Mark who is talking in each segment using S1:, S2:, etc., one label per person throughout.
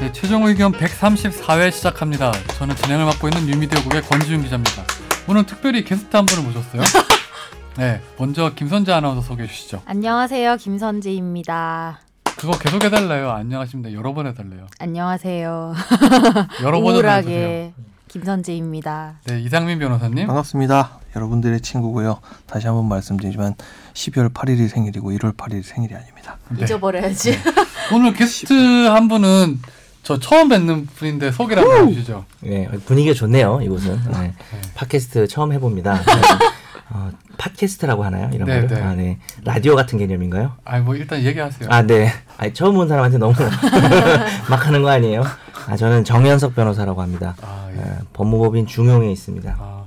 S1: 네, 최종 의견 134회 시작합니다. 저는 진행을 맡고 있는 뉴미디어국의 권지윤 기자입니다. 오늘 특별히 게스트 한 분을 모셨어요. 네, 먼저 김선재 아나운서 소개해 주시죠.
S2: 안녕하세요, 김선지입니다.
S1: 그거 계속 해달래요. 안녕하십니다. 여러 번 해달래요.
S2: 안녕하세요.
S1: 여러 번 해주세요.
S2: 우울하게 김선지입니다.
S1: 네, 이상민 변호사님.
S3: 아,
S4: 반갑습니다. 여러분들의 친구고요. 다시 한번 말씀드리지만 12월 8일이 생일이고 1월 8일이 생일이 아닙니다.
S1: 네.
S2: 잊어버려야지.
S1: 오늘 게스트 한 분은 저 처음 뵙는 분인데 소개를 한번 해주시죠.
S5: 네, 분위기가 좋네요, 이곳은. 네. 팟캐스트 처음 해봅니다. 어, 팟캐스트라고 하나요? 이런
S1: 네,
S5: 거를?
S1: 네.
S5: 아, 네. 라디오 같은 개념인가요?
S1: 아니 뭐 일단 얘기하세요.
S5: 아, 네. 아니, 처음 온 사람한테 너무 막 하는 거 아니에요? 아, 저는 정현석 변호사라고 합니다.
S1: 아, 예.
S5: 네, 법무법인 중용에 있습니다.
S1: 아,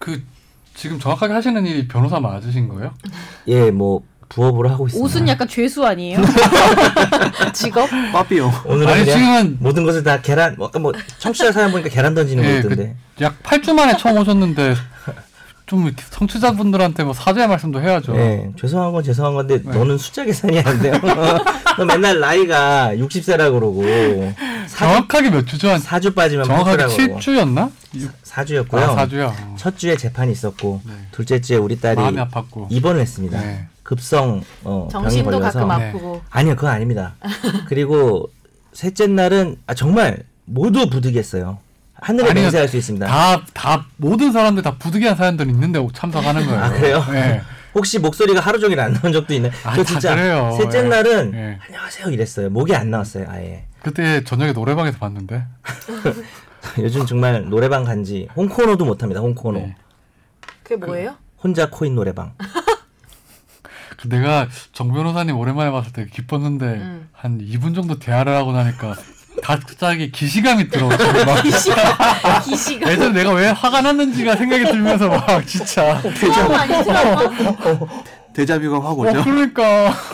S1: 그 지금 정확하게 하시는 일이 변호사 맞으신 거예요?
S5: 예, 뭐 부업으로 하고 있습니다.
S6: 옷은 약간 죄수 아니에요? 직업?
S4: 빠삐요.
S5: 오늘은
S1: 아니
S5: 그냥
S1: 지금은
S5: 모든 것을 다 계란, 뭐 아까 뭐 청취자 사연 보니까 계란 던지는 거
S1: 예,
S5: 있던데.
S1: 약 8주 만에 처음 오셨는데 좀 이렇게 청취자분들한테 뭐 사죄의 말씀도 해야죠.
S5: 네, 죄송한 건 죄송한 건데
S1: 네.
S5: 너는 숫자 계산이 안 돼요. 너 맨날 나이가 60세라 그러고 사주,
S1: 정확하게 몇 주죠? 한
S5: 사주 빠지면
S1: 정확하게
S5: 팔주라고
S1: 7주였나?
S5: 4주였고요.
S1: 아, 4주야.
S5: 첫 주에 재판이 있었고
S1: 네.
S5: 둘째 주에 우리 딸이
S1: 마음이 아팠고.
S5: 입원을 했습니다.
S1: 네.
S5: 급성 어, 병이
S6: 정신도
S5: 걸려서
S6: 가끔
S1: 네.
S6: 아프고
S5: 아니요, 그건 아닙니다. 그리고 셋째 날은 아, 정말 모두 부득이했어요. 하늘을
S1: 아니요.
S5: 맹세할 수 있습니다.
S1: 다, 다, 모든 사람들 다 부득이한 사연들이 있는데 참석하는 거예요.
S5: 아, 그래요?
S1: 네.
S5: 혹시 목소리가 하루 종일 안 나온 적도 있네.
S1: 아,
S5: 저
S1: 다
S5: 진짜
S1: 그래요.
S5: 셋째
S1: 예.
S5: 날은
S1: 예.
S5: 안녕하세요 이랬어요. 목이 안 나왔어요, 아예.
S1: 그때 저녁에 노래방에서 봤는데.
S5: 요즘 정말 노래방 간지 홍코노도 못합니다. 홍코노
S1: 네.
S6: 그게 뭐예요?
S5: 혼자 코인 노래방.
S1: 그 내가 정 변호사님 오랜만에 봤을 때 기뻤는데 한 2분 정도 대화를 하고 나니까 갑자기 기시감이 들어. 막
S6: 기시가
S1: 예전에 내가 왜 화가 났는지가 생각이 들면서 막 진짜.
S6: 처음 어, 아니죠?
S1: 네.
S4: 데자뷰가 확
S1: 어,
S4: 오죠.
S1: 그러니까.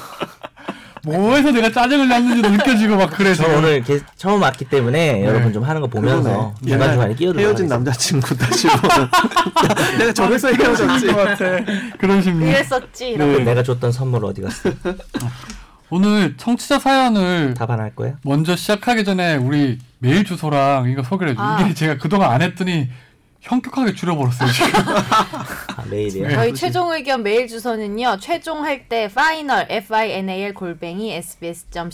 S1: 뭐해서 내가 짜증을 냈는지도 느껴지고 막 그래서.
S5: 저 오늘 게, 처음 왔기 때문에
S1: 네.
S5: 여러분 좀 하는 거
S4: 그러네.
S5: 보면서 중간 중간에 끼어들어.
S4: 헤어진 남자친구 다시 보면 내가 저래서 헤어졌지.
S1: 것 같아. 그런 심리.
S6: 그랬었지. 이런
S1: 네.
S5: 내가 줬던 선물 어디 갔어?
S1: 오늘 청취자 사연을
S5: 답안할 거예요?
S1: 먼저 시작하기 전에 우리 메일 주소랑 이거 소개를 해줘.
S6: 아.
S1: 이게 제가 그동안 안 했더니 형격하게 줄여버렸어요, 지금.
S5: 아, 메일이요.
S1: 네.
S5: 에
S6: 저희 최종 의견 메일 주소는요. 최종 할 때 final f i n a l 골뱅이 sbs co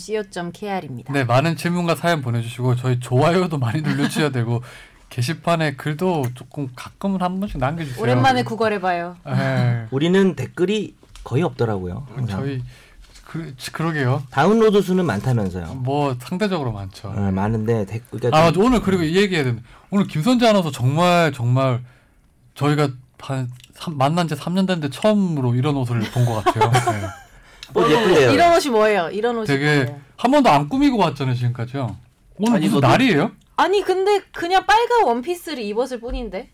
S6: kr입니다.
S1: 네, 많은 질문과 사연 보내주시고 저희 좋아요도 많이 눌러주셔야 되고 게시판에 글도 조금 가끔은 한 번씩 남겨주세요.
S6: 오랜만에 구걸해봐요.
S1: 예.
S5: 우리는 댓글이 거의 없더라고요. 항상.
S1: 음, 저희 그, 그러게요.
S5: 다운로드 수는 많다면서요.
S1: 뭐 상대적으로 많죠.
S5: 어, 많은데 댓글 그러니까
S1: 아
S5: 좀-
S1: 맞아. 오늘 그리고 이 얘기해야 되는 오늘 김선재 아나운서 정말 정말 저희가 한 삼- 만난 지 3년 됐는데 처음으로 이런 옷을 본 것 같아요. 네.
S5: 어, 예쁜데요.
S6: 이런 옷이 뭐예요? 이런 옷이
S1: 되게
S6: 뭐예요?
S1: 한 번도 안 꾸미고 왔잖아요 지금까지요. 오늘
S4: 아니,
S1: 무슨
S4: 너도-
S1: 날이에요?
S6: 아니 근데 그냥 빨간 원피스를 입었을 뿐인데.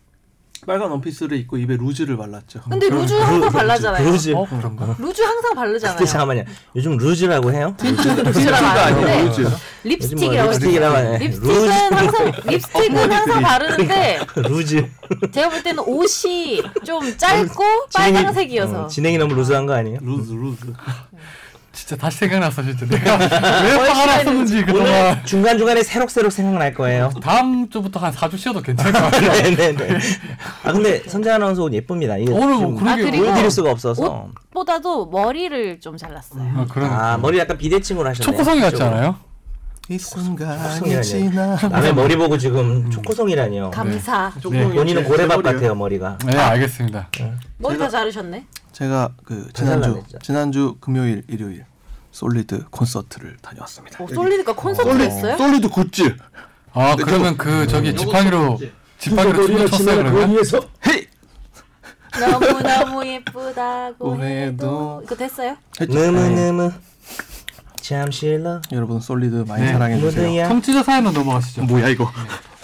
S4: 빨간 원피스를 입고 입에 루즈를 발랐죠.
S3: 어,
S6: 근데 루즈
S3: 그
S6: 항상 발라잖아요.
S3: 네.
S5: 루즈.
S1: 어 그런가?
S6: 루즈 항상
S5: 근데
S6: 바르잖아요.
S5: 잠깐만요. 요즘 루즈라고 해요?
S6: 루즈라고 하는데
S4: 루즈.
S5: 요즘 뭐
S6: 립스틱이라고 하죠.
S5: 립스틱이라고 하네.
S6: 립스틱은
S5: 루즈.
S6: 항상 립스틱은 항상 바르는데
S5: 루즈.
S6: 제가 볼 때는 옷이 좀 짧고 빨간색이어서
S5: 어, 진행이 너무 루즈한 거 아니에요?
S4: 루즈 루즈.
S1: 진짜 다시 생각났어 진짜 내가 왜 화가 났었는지 그동안
S5: 중간 중간에 새록새록 생각날 거예요.
S1: 다음 주부터 한 4주 쉬어도 괜찮을 것 같아요.
S5: 네네네. 아 근데 선재 아나운서 옷 예쁩니다. 이게
S1: 오늘 뭐
S5: 네. 지금
S1: 그러게
S6: 아, 그리고-
S5: 보여드릴 수가 없어서.
S6: 옷보다도 머리를 좀 잘랐어요.
S1: 아, 그런
S5: 아 머리 약간 비대칭으로 하셨네요.
S1: 초코송이 같지 않아요?
S4: 이 순간이
S5: 속상해.
S4: 지나.
S5: 남의 머리 보고 지금 초코송이라니요.
S6: 감사.
S4: 조금
S5: 본인은
S3: 네,
S4: 이제
S5: 고래밥
S4: 머리를-
S5: 같아요 머리가.
S1: 네 알겠습니다.
S6: 머리 다 자르셨네.
S4: 제가 그
S5: 잘라내,
S4: 지난주
S5: 진짜.
S4: 지난주 금요일 일요일 솔리드 콘서트를 다녀왔습니다.
S6: 오, 솔리드가 어, 콘서트 했어요?
S4: 솔리드 굿즈.
S1: 아 그러면 그 저기 지팡이로 지팡이로 춤을 췄어요 그러면?
S5: 위해서
S4: 헤이.
S6: 너무 너무 예쁘다고
S4: 오해도.
S6: 해도 이거 됐어요?
S4: 했죠.
S5: 네. 너무너무 잠실로
S4: 여러분 솔리드 많이
S1: 네.
S4: 사랑해 주세요.
S5: 모두야.
S1: 청취자 사연으로 넘어가시죠.
S4: 뭐야 이거?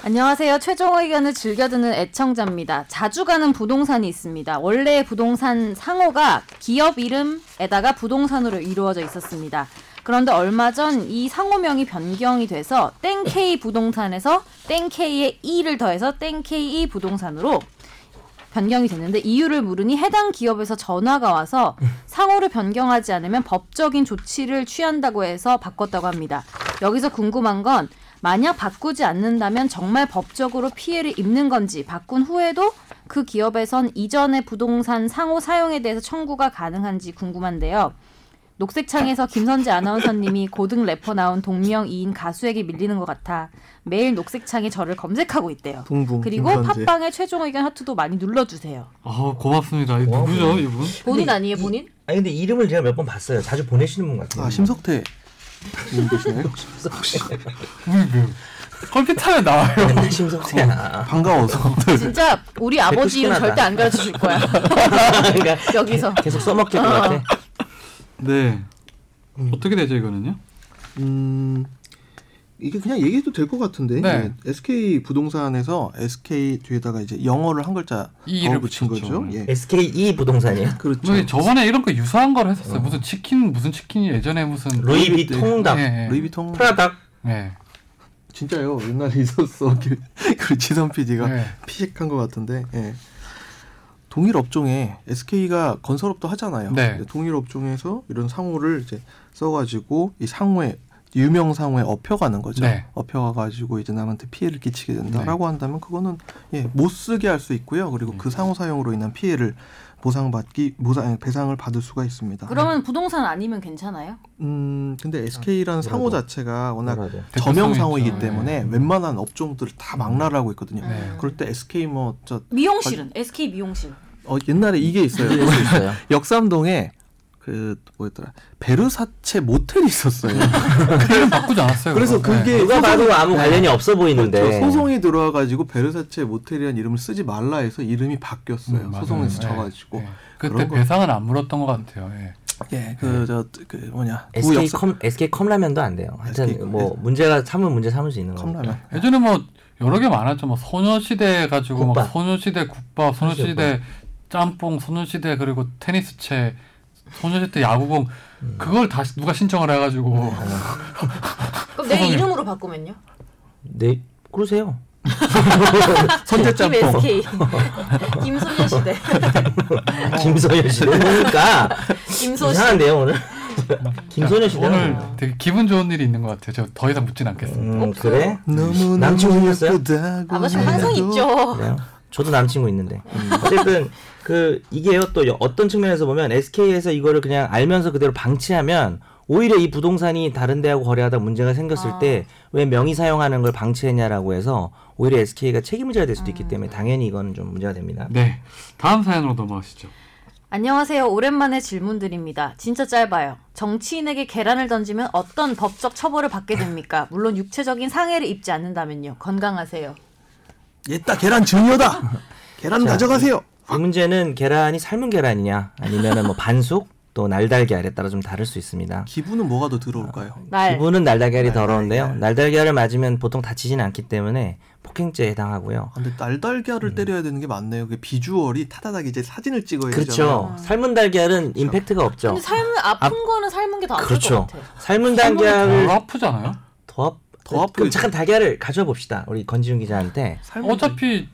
S2: 안녕하세요. 최종 의견을 즐겨듣는 애청자입니다. 자주 가는 부동산이 있습니다. 원래 부동산 상호가 기업 이름에다가 부동산으로 이루어져 있었습니다. 그런데 얼마 전 이 상호명이 변경이 돼서 땡K 부동산에서 땡K의 E를 더해서 땡KE 부동산으로 변경이 됐는데 이유를 물으니 해당 기업에서 전화가 와서 상호를 변경하지 않으면 법적인 조치를 취한다고 해서 바꿨다고 합니다. 여기서 궁금한 건
S6: 만약 바꾸지 않는다면 정말 법적으로 피해를 입는 건지 바꾼 후에도 그 기업에선 이전의 부동산 상호 사용에 대해서 청구가 가능한지 궁금한데요. 녹색창에서 김선재 아나운서님이 고등 래퍼 나온 동명 이인 가수에게 밀리는 것 같아 매일 녹색창에 저를 검색하고 있대요.
S3: 붕붕.
S6: 그리고 팟빵의 최종 의견 하트도 많이 눌러주세요.
S1: 아 고맙습니다. 이 누구죠 이분?
S6: 본인 아니에요, 본인?
S5: 아니 근데 이름을 제가 몇 번 봤어요. 자주 보내시는 분 같아요.
S7: 아 심석태 님 계시나요?
S1: 컴퓨터에 나와요.
S5: 맨날 심석태야.
S7: 반가워서
S6: 진짜 우리 아버지 이름 절대 안 가르쳐 줄 거야.
S5: 그러니까
S6: 여기서.
S5: 계속 써먹힐 것 같아.
S1: 네. 어떻게 되죠 이거는요?
S3: 음 이게 그냥 얘기해도 될 것 같은데
S1: 네.
S3: 예, SK 부동산에서 SK 뒤에다가 이제 영어를 한 글자
S1: 이를
S3: 더 붙인
S1: 붙였죠.
S3: 거죠.
S5: 네.
S3: 예.
S5: SKE E 부동산이요.
S3: 그렇죠.
S1: 저희 저번에 이런 거 유사한 걸 했었어요. 무슨 치킨 무슨 치킨이 예전에 무슨
S3: 네,
S5: 루이비통답.
S1: 예, 예.
S3: 루이비통
S5: 프라닥.
S1: 예.
S3: 진짜요. 옛날에 있었어. 그 지선 PD가
S1: 예.
S3: 피식한 것 같은데. 예. 동일 업종에 SK가 건설업도 하잖아요.
S1: 네.
S3: 근데 동일 업종에서 이런 상호를 이제 써가지고 이 상호에 유명 상호에 업혀가는 거죠.
S1: 네.
S3: 업혀가가지고 이제 남한테 피해를 끼치게 된다라고 한다면 그거는 예, 못 쓰게 할 수 있고요. 그리고
S1: 음.
S3: 그 상호 사용으로 인한 피해를 보상받기 보상 배상을 받을 수가 있습니다.
S6: 그러면 부동산 아니면 괜찮아요?
S3: 음 근데 SK라는 상호
S5: 뭐라도.
S3: 자체가 워낙
S5: 뭐라도.
S3: 저명 상호이기
S1: 대표성이 있죠.
S3: 때문에 웬만한 업종들을 다 망라하고 있거든요.
S1: 네.
S3: 그럴 때 SK 뭐저
S6: 미용실은 SK 미용실.
S3: 어, 옛날에 이게 있어요.
S5: 있어요.
S3: 역삼동에 그 뭐였더라 베르사체 모텔이 있었어요.
S1: 그 이름 바꾸지 않았어요.
S3: 그래서
S1: 그거. 예.
S3: 그게
S5: 누가 봐도 네. 아무 관련이 없어 보이는데.
S3: 네. 그렇죠. 소송이 들어와가지고 베르사체 모텔이라는 이름을 쓰지 말라 해서 이름이 바뀌었어요.
S1: 음, 맞아요.
S3: 네, 소송에서
S1: 예.
S3: 져가지고
S1: 예. 그때
S3: 그런 거.
S1: 배상은 안 물었던 것 같아요. 예.
S3: 예, 그 저 그 뭐냐 구
S5: SK
S3: 역삼
S5: 컴 SK 컵라면도 안 돼요. 하여튼
S3: SK
S5: 뭐 문제가 삼을 문제 삼을 수 있는 거.
S3: 컵라면.
S1: 예전에 뭐 여러 개 많았죠. 뭐 소녀시대 가지고 막
S5: 국밥.
S1: 소녀시대 국밥, 소녀시대 짬뽕, 소녀시대 그리고 테니스채, 소녀시대 야구공 그걸 다시 누가 신청을 해가지고
S6: 그럼 내
S1: 소송이요.
S6: 이름으로 바꾸면요?
S5: 네 그러세요.
S3: 선제짬뽕.
S6: SK 김소녀시대
S3: 어.
S5: 김소연 씨 그러니까
S6: 김소시.
S5: 이상한데요 오늘. 김소연 씨는
S1: 아, 오늘 되게 기분 좋은 일이 있는 것 같아요. 저 더 이상 묻진 않겠습니다.
S5: 음, 그래?
S3: 너무
S5: 남친분 있어요?
S6: 아버지
S3: 음,
S6: 항상 있죠.
S5: 그래요? 저도 남친구 있는데. 어쨌든 그 이게요 또 여- 어떤 측면에서 보면 SK에서 이거를 그냥 알면서 그대로 방치하면 오히려 이 부동산이 다른 데하고 거래하다 문제가 생겼을 때 왜 명의 사용하는 걸 방치했냐라고 해서 오히려 SK가 책임을 져야 될 수도 있기 때문에 당연히 이건 좀 문제가 됩니다.
S1: 네, 다음 사연으로 넘어가시죠.
S6: 안녕하세요. 오랜만에 질문드립니다. 진짜 짧아요. 정치인에게 계란을 던지면 어떤 법적 처벌을 받게 됩니까? 물론 육체적인 상해를 입지 않는다면요. 건강하세요.
S3: 옛다 계란 증여다. 계란
S5: 자,
S3: 가져가세요.
S5: 이 문제는 계란이 삶은 계란이냐 아니면은 뭐 반숙 또 날달걀에 따라 좀 다를 수 있습니다.
S3: 기분은 뭐가 더 들어올까요?
S6: 날
S5: 기분은 날달걀이 더러운데요. 날달걀을 맞으면 보통 다치진 않기 때문에 폭행죄에 해당하고요.
S3: 아, 근데 날달걀을 때려야 되는 게 맞네요. 그 비주얼이 타다닥 이제 사진을 찍어야죠.
S5: 그렇죠. 삶은 달걀은 임팩트가 없죠.
S6: 근데 삶은 아픈 거는 삶은 게 더 아플 것
S5: 그렇죠.
S6: 같아.
S5: 삶은
S1: 덜
S5: 달걀을
S1: 아프잖아요.
S5: 더 앞,
S3: 더 앞으로
S5: 그럼 잠깐 달걀을 가져와 봅시다. 우리 건지훈 기자한테.
S1: 어차피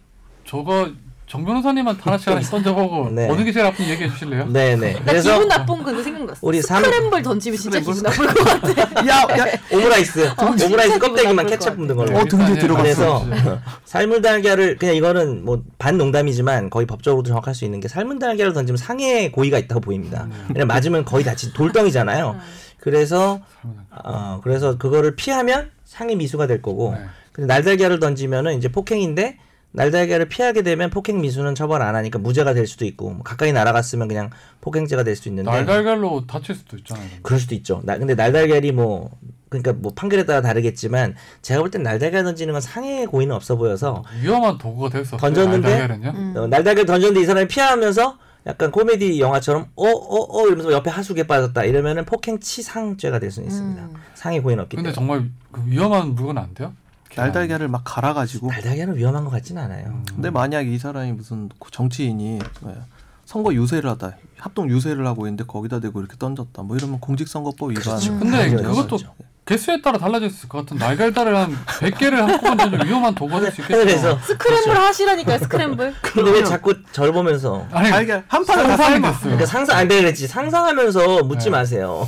S1: 저거 정 변호사님한테 하나씩 하나씩 던져보고
S5: 네.
S1: 어느 게 제일 아픈지 얘기해 주실래요?
S5: 네, 네.
S6: 나
S5: 그래서
S6: 기분 나쁜 건데 생각났어.
S5: 우리 그렇죠. 삼-
S6: 스크램블 던지면 진짜 기분 나쁠 것 같아.
S3: 야, 야,
S5: 오므라이스, 오므라이스
S6: 어, 진짜
S5: 껍데기만
S6: 나쁠
S5: 케첩
S6: 것
S5: 묻은
S1: 네,
S5: 걸로.
S3: 어, 등지에
S1: 일단
S3: 들어갔어.
S5: 그래서
S1: 말씀해
S5: 삶은 달걀을 그냥 이거는 뭐 반농담이지만 거의 법적으로도 정확할 수 있는 게 삶은 달걀을 던지면 상해 고의가 있다고 보입니다. 왜냐면 맞으면 거의 다치 돌덩이잖아요. 그래서 어 그래서 그거를 피하면 상해 미수가 될 거고
S1: 네.
S5: 근데 날달걀을 던지면은 이제 폭행인데 날달걀을 피하게 되면 폭행 미수는 처벌 안 하니까 무죄가 될 수도 있고 뭐 가까이 날아갔으면 그냥 폭행죄가 될 수 있는데
S1: 날달걀로 다칠 수도 있잖아요.
S5: 그럴 수도 있죠. 나, 근데 날달걀이 뭐 그러니까 뭐 판결에 따라 다르겠지만 제가 볼 땐 날달걀 던지는 건 상해 고의는 없어 보여서
S1: 위험한 도구가 될 수 없어요.
S5: 던졌는데?
S1: 날달걀은요.
S5: 어, 날달걀 던졌는데 이 사람이 피하면서 약간 코미디 영화처럼 어 어 어 이러면서 옆에 하수구에 빠졌다 이러면은 폭행치상죄가 될 수는 있습니다. 상해 고의는 없기
S1: 근데
S5: 때문에.
S1: 정말 그 위험한 물건 안 돼요?
S3: 날달걀을 막 갈아가지고.
S5: 날달걀은 위험한 것 같진
S1: 음,
S5: 않아요.
S3: 근데 만약 이 사람이 무슨 정치인이 예, 선거 유세를 하다 합동 유세를 하고 있는데 거기다 대고 이렇게 던졌다. 뭐 이러면 공직선거법 위반.
S1: 근데
S5: 그렇죠.
S1: 그것도
S5: 그렇죠.
S1: 개수에 따라 달라질 수 있을 것 같은 날달걀을 한 100개를 한꺼번에 좀 위험한 도구가 될 수 있겠죠.
S5: 그래서
S6: 스크램블 하시라니까요. 스크램블.
S5: 근데 왜 자꾸 절 보면서
S1: 아니,
S3: 달걀 한 판을 다
S1: 상상이
S3: 삶아.
S1: 됐어요. 네.
S5: 그러니까 상상 안 돼, 그랬지 상상하면서 묻지 마세요.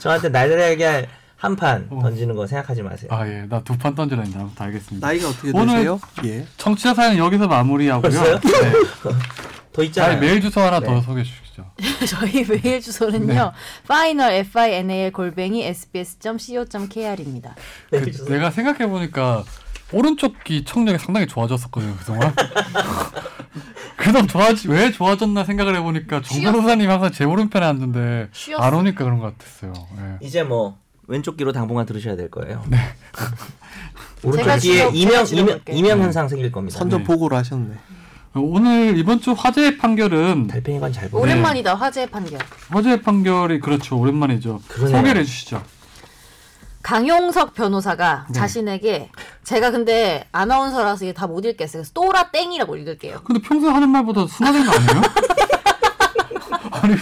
S5: 저한테 날달걀 한 판
S1: 어.
S5: 던지는 거 생각하지 마세요.
S1: 아 예, 나 두 판 던지라니다. 다 알겠습니다.
S3: 나이가 어떻게
S1: 오늘-
S3: 되세요? 예.
S1: 청취자 사연 여기서 마무리하고요.
S5: 벌써요?
S1: 네.
S5: 더
S1: 저희
S5: 있잖아요.
S1: 메일 주소 하나 더
S5: 네.
S1: 소개해 주시죠.
S6: 저희 메일 주소는요. final f i n a l 골뱅이 s b s c o k r 입니다.
S1: 그
S5: 메일 주소.
S1: 내가 생각해 보니까 오른쪽 귀 청력이 상당히 좋아졌었거든요 그동안. 그동안 좋아지 왜 좋아졌나 생각을 해보니까 정 변호사님 항상 제 오른편에 앉는데
S6: 쉬었어.
S1: 안 오니까 그런 것 같았어요. 예.
S5: 이제 뭐 왼쪽 귀로 당분간 들으셔야 될 거예요.
S1: 네.
S6: 제가
S5: 오른쪽 귀에
S6: 지금
S5: 이명
S6: 제가
S5: 이명
S6: 지금
S5: 이명 현상 생길 겁니다.
S3: 선전
S1: 네.
S3: 보고를 하셨네.
S1: 오늘 이번 주 화제의 판결은
S5: 달팽이관 잘 보네.
S6: 오랜만이다 화재 판결.
S1: 화제의 판결이 그렇죠 오랜만이죠.
S5: 그러네요.
S1: 소개를 해주시죠.
S6: 강용석 변호사가
S5: 네.
S6: 자신에게 제가 근데 아나운서라서 이게 다 못 읽겠어요. 그래서 또라 땡이라고 읽을게요.
S1: 근데 평소에 하는 말보다 순화된 거 아니에요? 아니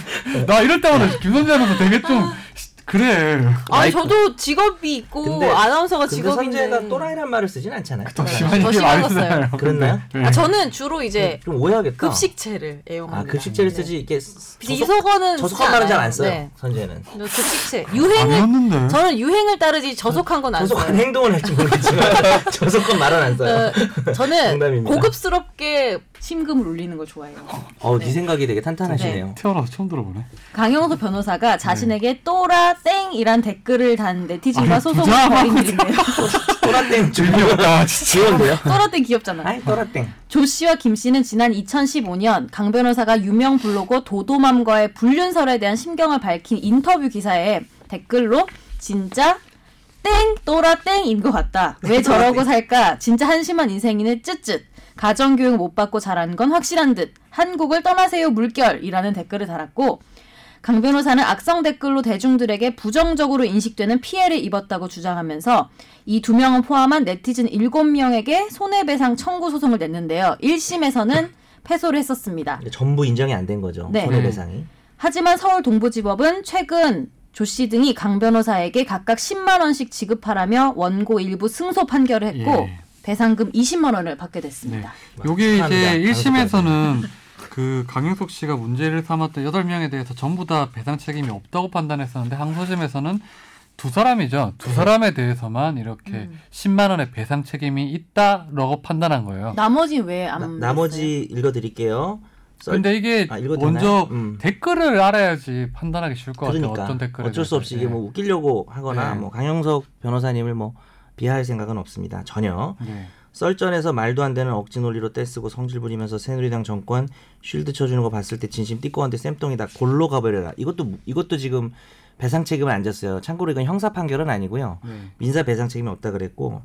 S1: 나 이럴 때마다 김선재 아나운서 되게 좀 시- 그래
S6: 아니
S5: 아이고.
S6: 저도 직업이 있고
S5: 근데-
S6: 아나운서가
S5: 근데
S6: 뭐 직업인데
S5: 선재가 또라이란 말을 쓰진 않잖아요. 네.
S1: 더 심한
S6: 더
S1: 일이 많이
S6: 심해졌어요.
S1: 나요. 네.
S5: 그랬나요?
S6: 아, 저는 주로 이제
S5: 좀 오해하겠다.
S6: 급식체를
S5: 네. 아
S6: 애용합니다. 네.
S5: 급식제를 쓰지 이게 스-
S6: 근데
S5: 저속
S6: 이석어는
S5: 저속한
S6: 쓰지
S5: 말은 잘
S6: 않아요.
S5: 안 써요.
S6: 네.
S5: 선재는.
S6: 저 급식체 유행을
S1: 아니었는데.
S6: 저는 유행을 따르지 저속한 건 안
S5: 저속한
S6: 써요.
S5: 행동을 할지 모르겠지만 저속한 말은 안 써요.
S6: 어, 저는
S5: 농담입니다.
S6: 고급스럽게 심금을 울리는 걸 좋아해요.
S5: 어, 네 생각이 되게 탄탄하시네요.
S1: 태어나서 처음 들어보네.
S2: 강영석 변호사가 자신에게 또라 땡이란 댓글을 단 네티즌과
S1: 네. 아니,
S2: 소송을
S1: 부자
S2: 벌인 일인데요.
S5: 또라땡
S1: 즐겨봤다 진짜.
S5: 지원돼요?
S2: 또라 땡 귀엽잖아요.
S5: 아이 또라땡.
S2: 조 씨와 김 씨는 지난 2015년 강 변호사가 유명 블로거 도도맘과의 불륜설에 대한 심경을 밝힌 인터뷰 기사에 댓글로 진짜 땡 또라 땡인 것 같다. 왜 저러고 살까? 진짜 한심한 인생이네 쯧쯧. 가정교육 못 받고 자란 건 확실한 듯. 한국을 떠나세요 물결이라는 댓글을 달았고 강 변호사는 악성 댓글로 대중들에게 부정적으로 인식되는 피해를 입었다고 주장하면서 이 두 명을 포함한 네티즌 7명에게 손해배상 청구 소송을 냈는데요. 1심에서는 패소를 했었습니다.
S5: 근데 전부 인정이 안 된 거죠.
S2: 네.
S5: 손해배상이.
S2: 하지만 서울 동부지법은 최근 조 씨 등이 강 변호사에게 각각 10만 원씩 지급하라며 원고 일부 승소 판결을 했고
S1: 예.
S2: 배상금 20만 원을 받게
S1: 네.
S2: 됐습니다.
S1: 요게
S5: 축하합니다.
S1: 이제 1심에서는 그 강윤석 씨가 문제를 삼았던 8명에 대해서 전부 다 배상 책임이 없다고 판단했었는데 항소심에서는 두 사람이죠. 두 사람에 대해서만 이렇게 10만 원의 배상 책임이 있다라고 판단한 거예요.
S2: 나머지 왜안
S5: 나- 나머지 읽어드릴게요. 썰-
S1: 근데 이게
S5: 아, 읽어도
S1: 먼저
S5: 되나요? 음.
S1: 댓글을 알아야지 판단하기 쉬울 것 같아요. 어떤 댓글을
S5: 그러니까 어쩔 수 없이 이게 뭐 웃기려고 하거나
S1: 네.
S5: 뭐 강영석 변호사님을 뭐 비하할 생각은 없습니다. 전혀.
S1: 네.
S5: 썰전에서 말도 안 되는 억지 논리로 떼쓰고 성질 부리면서 새누리당 정권 쉴드 쳐주는 거 봤을 때 진심 띠꼬한데 쌤똥이다 골로 가버려라. 이것도 무- 이것도 지금 배상 책임을 안 졌어요. 참고로 이건 형사 판결은 아니고요.
S1: 네.
S5: 민사 배상 책임이 없다 그랬고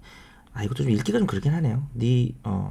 S5: 아 이것도 좀 읽기가 좀 그렇긴 하네요. 네어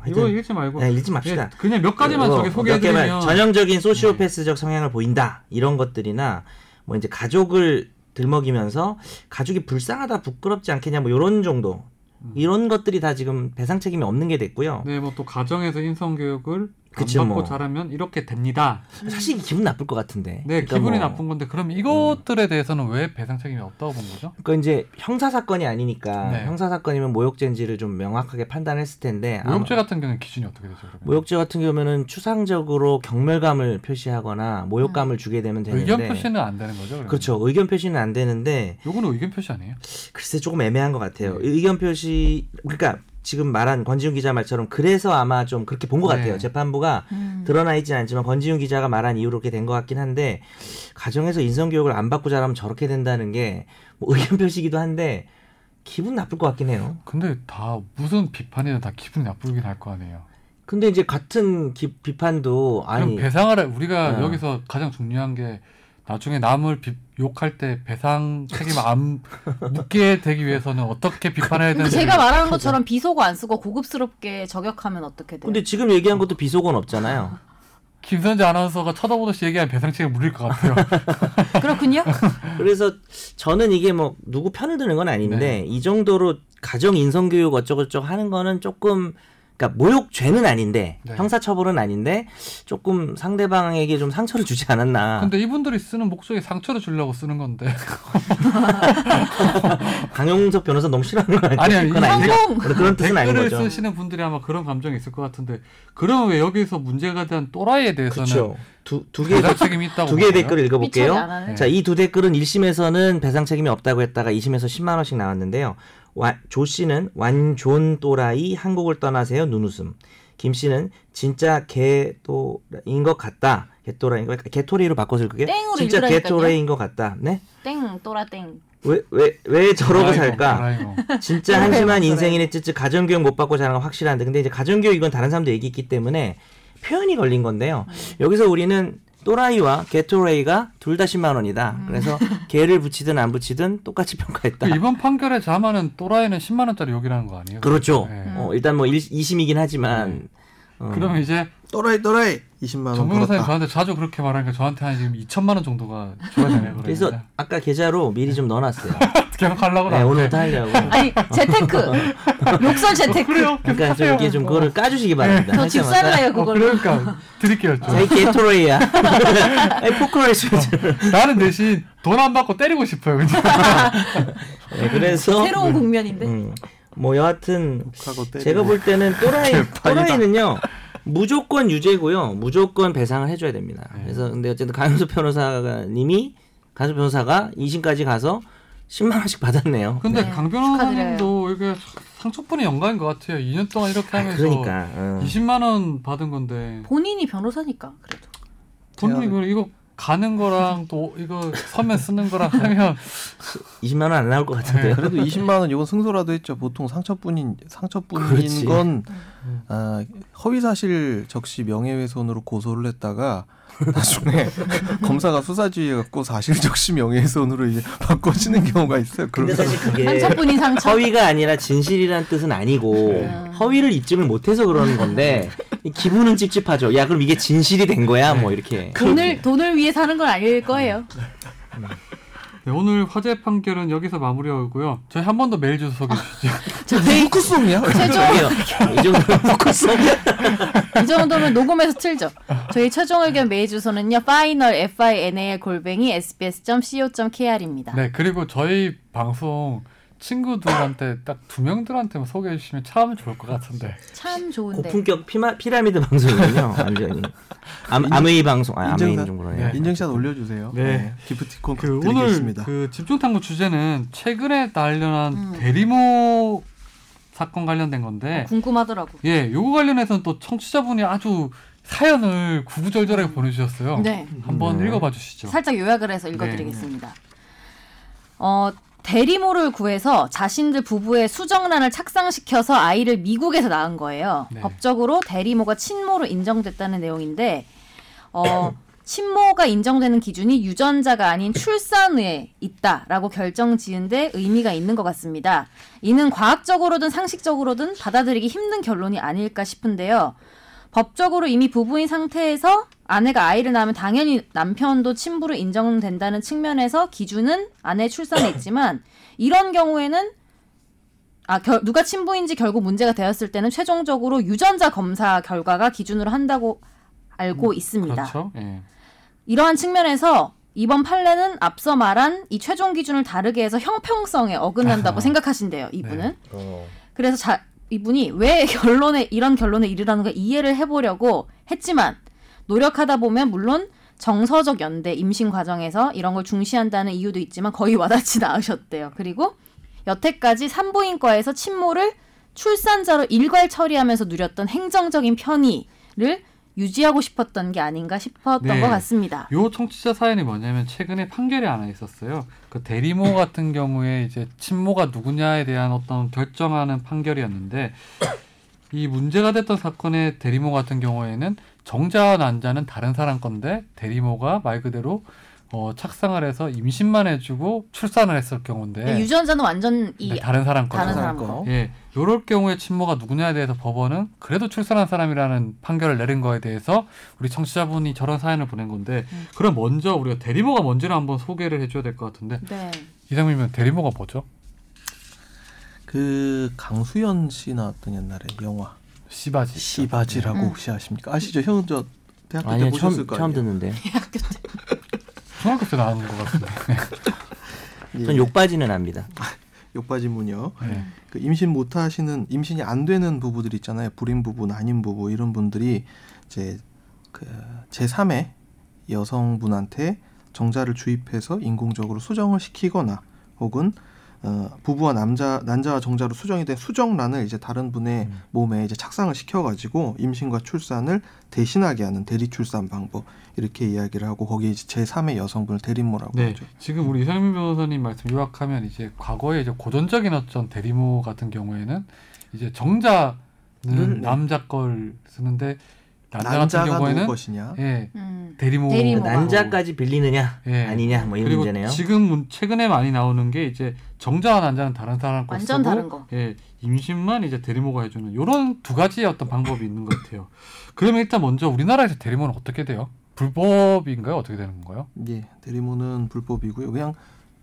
S1: 이거
S5: 하여튼
S1: 읽지 말고
S5: 네, 읽지 맙시다.
S1: 예, 그냥 몇 가지만
S5: 어,
S1: 저기
S5: 몇
S1: 소개해드리면 네.
S5: 개만 전형적인 소시오패스적 성향을 보인다 이런 것들이나 뭐 이제 가족을 들먹이면서 가족이 불쌍하다 부끄럽지 않겠냐 뭐 이런 정도
S1: 음.
S5: 이런 것들이 다 지금 배상 책임이 없는 게 됐고요.
S1: 네, 뭐 또 가정에서 인성 교육을 안
S5: 그쵸,
S1: 받고
S5: 뭐.
S1: 자라면 이렇게 됩니다.
S5: 사실 기분 나쁠 것 같은데.
S1: 네,
S5: 그러니까
S1: 기분이
S5: 뭐,
S1: 나쁜 건데 그럼 이것들에 대해서는 왜 배상 책임이 없다고 본 거죠?
S5: 그러니까 이제 형사 사건이 아니니까
S1: 네.
S5: 형사 사건이면 모욕죄인지를 좀 명확하게 판단했을 텐데 네, 아마-
S1: 모욕죄 같은 경우는 기준이 어떻게 되죠? 그러면?
S5: 모욕죄 같은 경우는 추상적으로 경멸감을 표시하거나 모욕감을 주게 되면 되는데 네.
S1: 의견 표시는 안 되는 거죠? 그러면?
S5: 그렇죠 의견 표시는 안 되는데
S1: 요거는 의견 표시 아니에요?
S5: 글쎄 조금 애매한 것 같아요. 의견 표시 그러니까 지금 말한 권지훈 기자 말처럼 그래서 아마 좀 그렇게 본 것
S1: 네.
S5: 같아요. 재판부가
S2: 음.
S5: 드러나 있진 않지만 권지훈 기자가 말한 이유로 이렇게 된 것 같긴 한데 가정에서 인성 교육을 안 받고 자라면 저렇게 된다는 게뭐 의견 표시기도 한데 기분 나쁠 것 같긴 해요.
S1: 근데 다 무슨 비판이든 다 기분이 나쁘긴 할 거 아니에요.
S5: 근데 이제 같은 기- 비판도
S1: 그럼
S5: 아니
S1: 배상을 우리가
S5: 어.
S1: 여기서 가장 중요한 게 나중에 남을 비- 욕할 때 배상 책임 안 묻게 되기 위해서는 어떻게 비판해야 되는지
S2: 제가 말하는 것처럼 비속어 안 쓰고 고급스럽게 저격하면 어떻게 돼요?
S5: 근데 지금 얘기한 것도 비속어는 없잖아요.
S1: 김선재 아나운서가 쳐다보듯이 얘기한 배상 책임 물릴 것 같아요.
S2: 그렇군요.
S5: 그래서 저는 이게 뭐
S1: 네.
S5: 누구 편을 드는 건 아닌데 이 정도로 가정 인성 교육 어쩌고저쩌고 하는 거는 조금 그러니까 모욕죄는 아닌데
S1: 네.
S5: 형사처벌은 아닌데 조금 상대방에게 좀 상처를 주지 않았나.
S1: 근데 이분들이 쓰는 목적이 상처를 주려고 쓰는 건데
S5: 강용석 변호사 너무 싫어하는 거 아니에요?
S1: 아니, 아니,
S5: 그건
S1: 이
S5: 아니죠.
S6: 방송!
S5: 그런- 그런 뜻은 아닌
S1: 댓글을
S5: 거죠.
S1: 쓰시는 분들이 아마 그런 감정이 있을 것 같은데 그러면 왜 여기서 문제가 된 또라이에 대해서는
S5: 그렇죠. 두두 개의
S1: 배상 책임이 있다고
S5: 두 개의
S1: 보는
S5: 댓글을
S1: 거예요?
S6: 삐처리
S5: 읽어볼게요.
S6: 안 하네.
S5: 자, 이 두 댓글은 1심에서는 배상 책임이 없다고 했다가 2심에서 10만 원씩 나왔는데요. 와- 조 씨는 완존 또라이 한국을 떠나세요 눈웃음. 김 씨는 진짜 개또인 것 같다. 개또라인 것 같다. 개토리로 바꿔서 읽을게요.
S6: 땡으로
S5: 진짜
S6: 읽으라니까요.
S5: 개토라인 것 같다. 네?
S6: 땡 또라 땡.
S5: 왜 왜 왜 저러고
S1: 도라에몽,
S5: 살까?
S1: 도라에몽.
S5: 진짜 한심한 인생이네 쯔쯔 가정교육 못 받고 자란 건 확실한데 근데 이제 가정교육 이건 다른 사람도 얘기 있기 때문에 표현이 걸린 건데요.
S6: 네.
S5: 여기서 우리는 또라이와 게토레이가 둘 다 10만 원이다.
S6: 음.
S5: 그래서 개를 붙이든 안 붙이든 똑같이 평가했다.
S1: 그 이번 판결에 자만은 또라이는 10만 원짜리 욕이라는 거 아니에요?
S5: 그렇죠.
S1: 네.
S5: 어, 일단 뭐 2심이긴 하지만 어,
S1: 그러면 이제
S3: 또라이 또라이
S5: 아,
S3: 20만
S1: 정
S3: 원
S1: 변호사님
S3: 벌었다.
S1: 저한테 자주 그렇게 말하니까 저한테 한 지금 2천만 원 정도가 줘야
S6: 음.
S1: 되네요.
S5: 그래서 아까 계좌로 미리 좀 넣어놨어요.
S1: 계속 하려고
S5: 네,
S1: 나는데
S5: 오늘부터 하려고.
S6: 아니 재테크. 욕설 재테크.
S5: 그러니까 좀 이게 좀 그거를
S1: 네.
S5: 까주시기 바랍니다.
S6: 너
S5: 할
S6: 집
S5: 아, 때마다.
S6: 살래요
S1: 어,
S6: 그걸로.
S1: 그러니까 드릴게요. 좀.
S6: 네.
S5: 자기 게토레이야. 아니, 포크로이 수준.
S1: 어. 나는 대신 돈 안 받고 때리고 싶어요. 그냥.
S5: 네, 그래서
S6: 새로운 국면인데.
S5: 음, 뭐 여하튼
S3: 욕하고 때리고.
S5: 제가 볼 때는 또라이 또라이는요 무조건 유죄고요 무조건 배상을 해줘야 됩니다. 그래서 근데 어쨌든 강현수 변호사님이 강현수 변호사가 2심까지 가서 10만 원씩 받았네요.
S1: 근데 강 변호사님도
S6: 축하드려요.
S1: 이게 상처뿐이 연가인 것 같아요. 2년 동안 이렇게
S5: 아,
S1: 하면서
S5: 그러니까 어.
S1: 20만 원 받은 건데
S6: 본인이 변호사니까 그래도.
S1: 본인이 이거- 이거 가는 거랑 또 이거 서면 쓰는 거랑 하면
S5: 20만 원 안 나올 것
S3: 네,
S5: 같은데요.
S3: 그래도
S4: 20만 원 이건 승소라도 했죠. 보통 상처뿐인 상처뿐인
S5: 그렇지.
S4: 건
S3: 음.
S4: 아, 허위 사실 적시 명예훼손으로 고소를 했다가 나중에 검사가 수사지휘해 갖고 사실 적시 명예훼손으로 이제 바꿔지는 경우가 있어요.
S5: 근데
S4: 그러면
S5: 사실 그게
S6: 상처뿐인 상처.
S5: 허위가 아니라 진실이란 뜻은 아니고 허위를 입증을 못해서 그러는 건데 이 기분은 찝찝하죠. 야 그럼 이게 진실이 된 거야 뭐 이렇게.
S6: 돈을 돈을 위해 사는 건 아닐 거예요.
S1: 네, 오늘 화재 판결은 여기서 마무리하고요. 저희 한 번 더 메일 주소 소개해 주시죠.
S4: 포크송이야.
S3: 그 네.
S6: 최종
S5: 저기요, 이 정도면 포커스.
S6: 이 정도면 녹음해서 틀죠. 저희 최종 의견 메일 주소는요. final final 골뱅이 sbs.co.kr입니다.
S1: 네, 그리고 저희 방송 친구들한테 딱 두 명들한테만 소개해 주시면 참 좋을 것 같은데.
S3: 네,
S6: 참 좋은데.
S5: 고품격 피마, 피라미드 방송이군요. 완전히. 암, 아메이 방송. 아, 아메이
S3: 인증사-
S5: 좀 그러네요.
S1: 네.
S3: 인증샷 올려주세요.
S1: 네.
S3: 기프티콘
S1: 그 오늘
S3: 드리겠습니다.
S1: 그 집중탐구 주제는 최근에 단련한
S6: 음.
S1: 대리모 사건 관련된
S6: 아,
S1: 건데
S6: 궁금하더라고.
S1: 예, 요거 관련해서는 또 청취자분이 아주 사연을 구구절절하게 보내주셨어요.
S6: 네.
S3: 음,
S1: 한번
S5: 네.
S1: 읽어봐 주시죠. 네,
S6: 살짝 요약을 해서 읽어드리겠습니다. 어, 대리모를 구해서 자신들 부부의 수정란을 착상시켜서 아이를 미국에서 낳은 거예요.
S1: 네.
S6: 법적으로 대리모가 친모로 인정됐다는 내용인데, 어, 친모가 인정되는 기준이 유전자가 아닌 출산에 있다라고 결정 지은 데 의미가 있는 것 같습니다. 이는 과학적으로든 상식적으로든 받아들이기 힘든 결론이 아닐까 싶은데요. 법적으로 이미 부부인 상태에서 아내가 아이를 낳으면 당연히 남편도 친부로 인정된다는 측면에서 기준은 아내 출산에 있지만 이런 경우에는 아, 결- 누가 친부인지 결국 문제가 되었을 때는 최종적으로 유전자 검사 결과가 기준으로 한다고 알고 있습니다.
S1: 그렇죠. 예.
S6: 이러한 측면에서 이번 판례는 앞서 말한 이 최종 기준을 다르게 해서 형평성에 어긋난다고
S1: 아하. 네,
S6: 생각하신대요. 이분은. 그래서 자, 이분이 왜 결론에 이런 결론에 이르라는 걸 이해를 해보려고 했지만 노력하다 보면 물론 정서적 연대 임신 과정에서 이런 걸 중시한다는 이유도 있지만 거의 와닿지 않으셨대요. 그리고 여태까지 산부인과에서 친모를 출산자로 일괄 처리하면서 누렸던 행정적인 편의를 유지하고 싶었던 게 아닌가 싶었던
S1: 네.
S6: 것 같습니다.
S1: 요 청취자 사연이 뭐냐면 최근에 판결이 하나 있었어요. 그 대리모 같은 경우에 이제 친모가 누구냐에 대한 어떤 결정하는 판결이었는데 이 문제가 됐던 사건의 대리모 같은 경우에는 정자와 난자는 다른 사람 건데 대리모가 말 그대로 어, 착상을 해서 임신만 해주고 출산을 했을 경우인데
S6: 네, 유전자는 완전 이
S1: 네, 다른 사람 거.
S6: 다른 사람
S3: 거.
S6: 거.
S1: 예, 요럴 경우에 친모가 누구냐에 대해서 법원은 그래도 출산한 사람이라는 판결을 내린 거에 대해서 우리 청취자분이 저런 사연을 보낸 건데 그럼 먼저 우리가 대리모가 뭔지를 한번 소개를 해줘야 될 것 같은데
S6: 네.
S1: 이상민이면 대리모가 뭐죠?
S3: 그 강수연 씨 나왔던 옛날에 영화
S1: 시바지.
S3: 시바지라고
S4: 음.
S3: 혹시 아십니까? 아시죠? 형 저 대학교 때
S5: 아니요
S3: 보셨을
S5: 처음
S3: 거
S5: 처음
S3: 아니에요?
S5: 듣는데
S1: 중학교 때 나온 것 같은데.
S3: 예.
S5: 전 욕바지는 압니다.
S6: 네.
S3: 욕바지문요.
S1: 네.
S3: 그 임신 못 하시는 임신이 안 되는 부부들 있잖아요. 불임 부부, 난임 부부 이런 분들이 이제 그제 3의 여성분한테 정자를 주입해서 인공적으로 수정을 시키거나 혹은 어, 부부와 남자 난자와 정자로 수정이 된 수정란을 이제 다른 분의
S1: 음.
S3: 몸에 이제 착상을 시켜가지고 임신과 출산을 대신하게 하는 대리 출산 방법 이렇게 이야기를 하고 거기에 이제 제 3의 여성분을 대리모라고
S1: 네,
S3: 하죠.
S1: 지금 우리 이상민 변호사님 말씀 요약하면 이제 과거에 이제 고전적인 어떤 대리모 같은 경우에는 이제 정자는
S3: 늘, 네.
S1: 남자 걸 쓰는데 남자
S3: 난자가
S1: 같은 경우에는
S3: 누구 것이냐?
S1: 예
S6: 음.
S1: 대리모
S6: 대리모.
S5: 난자까지 빌리느냐
S1: 예.
S5: 아니냐 뭐 이런
S1: 그리고
S5: 문제네요.
S1: 지금 문- 최근에 많이 나오는 게 이제 정자와 난자는 다른 사람 거
S6: 완전
S1: 쓰고
S6: 다른 거.
S1: 예, 임신만 이제 대리모가 해주는 이런 두 가지의 어떤 방법이 있는 것 같아요. 그러면 일단 먼저 우리나라에서 대리모는 어떻게 돼요? 불법인가요? 어떻게 되는 건가요?
S3: 예, 대리모는 불법이고요. 그냥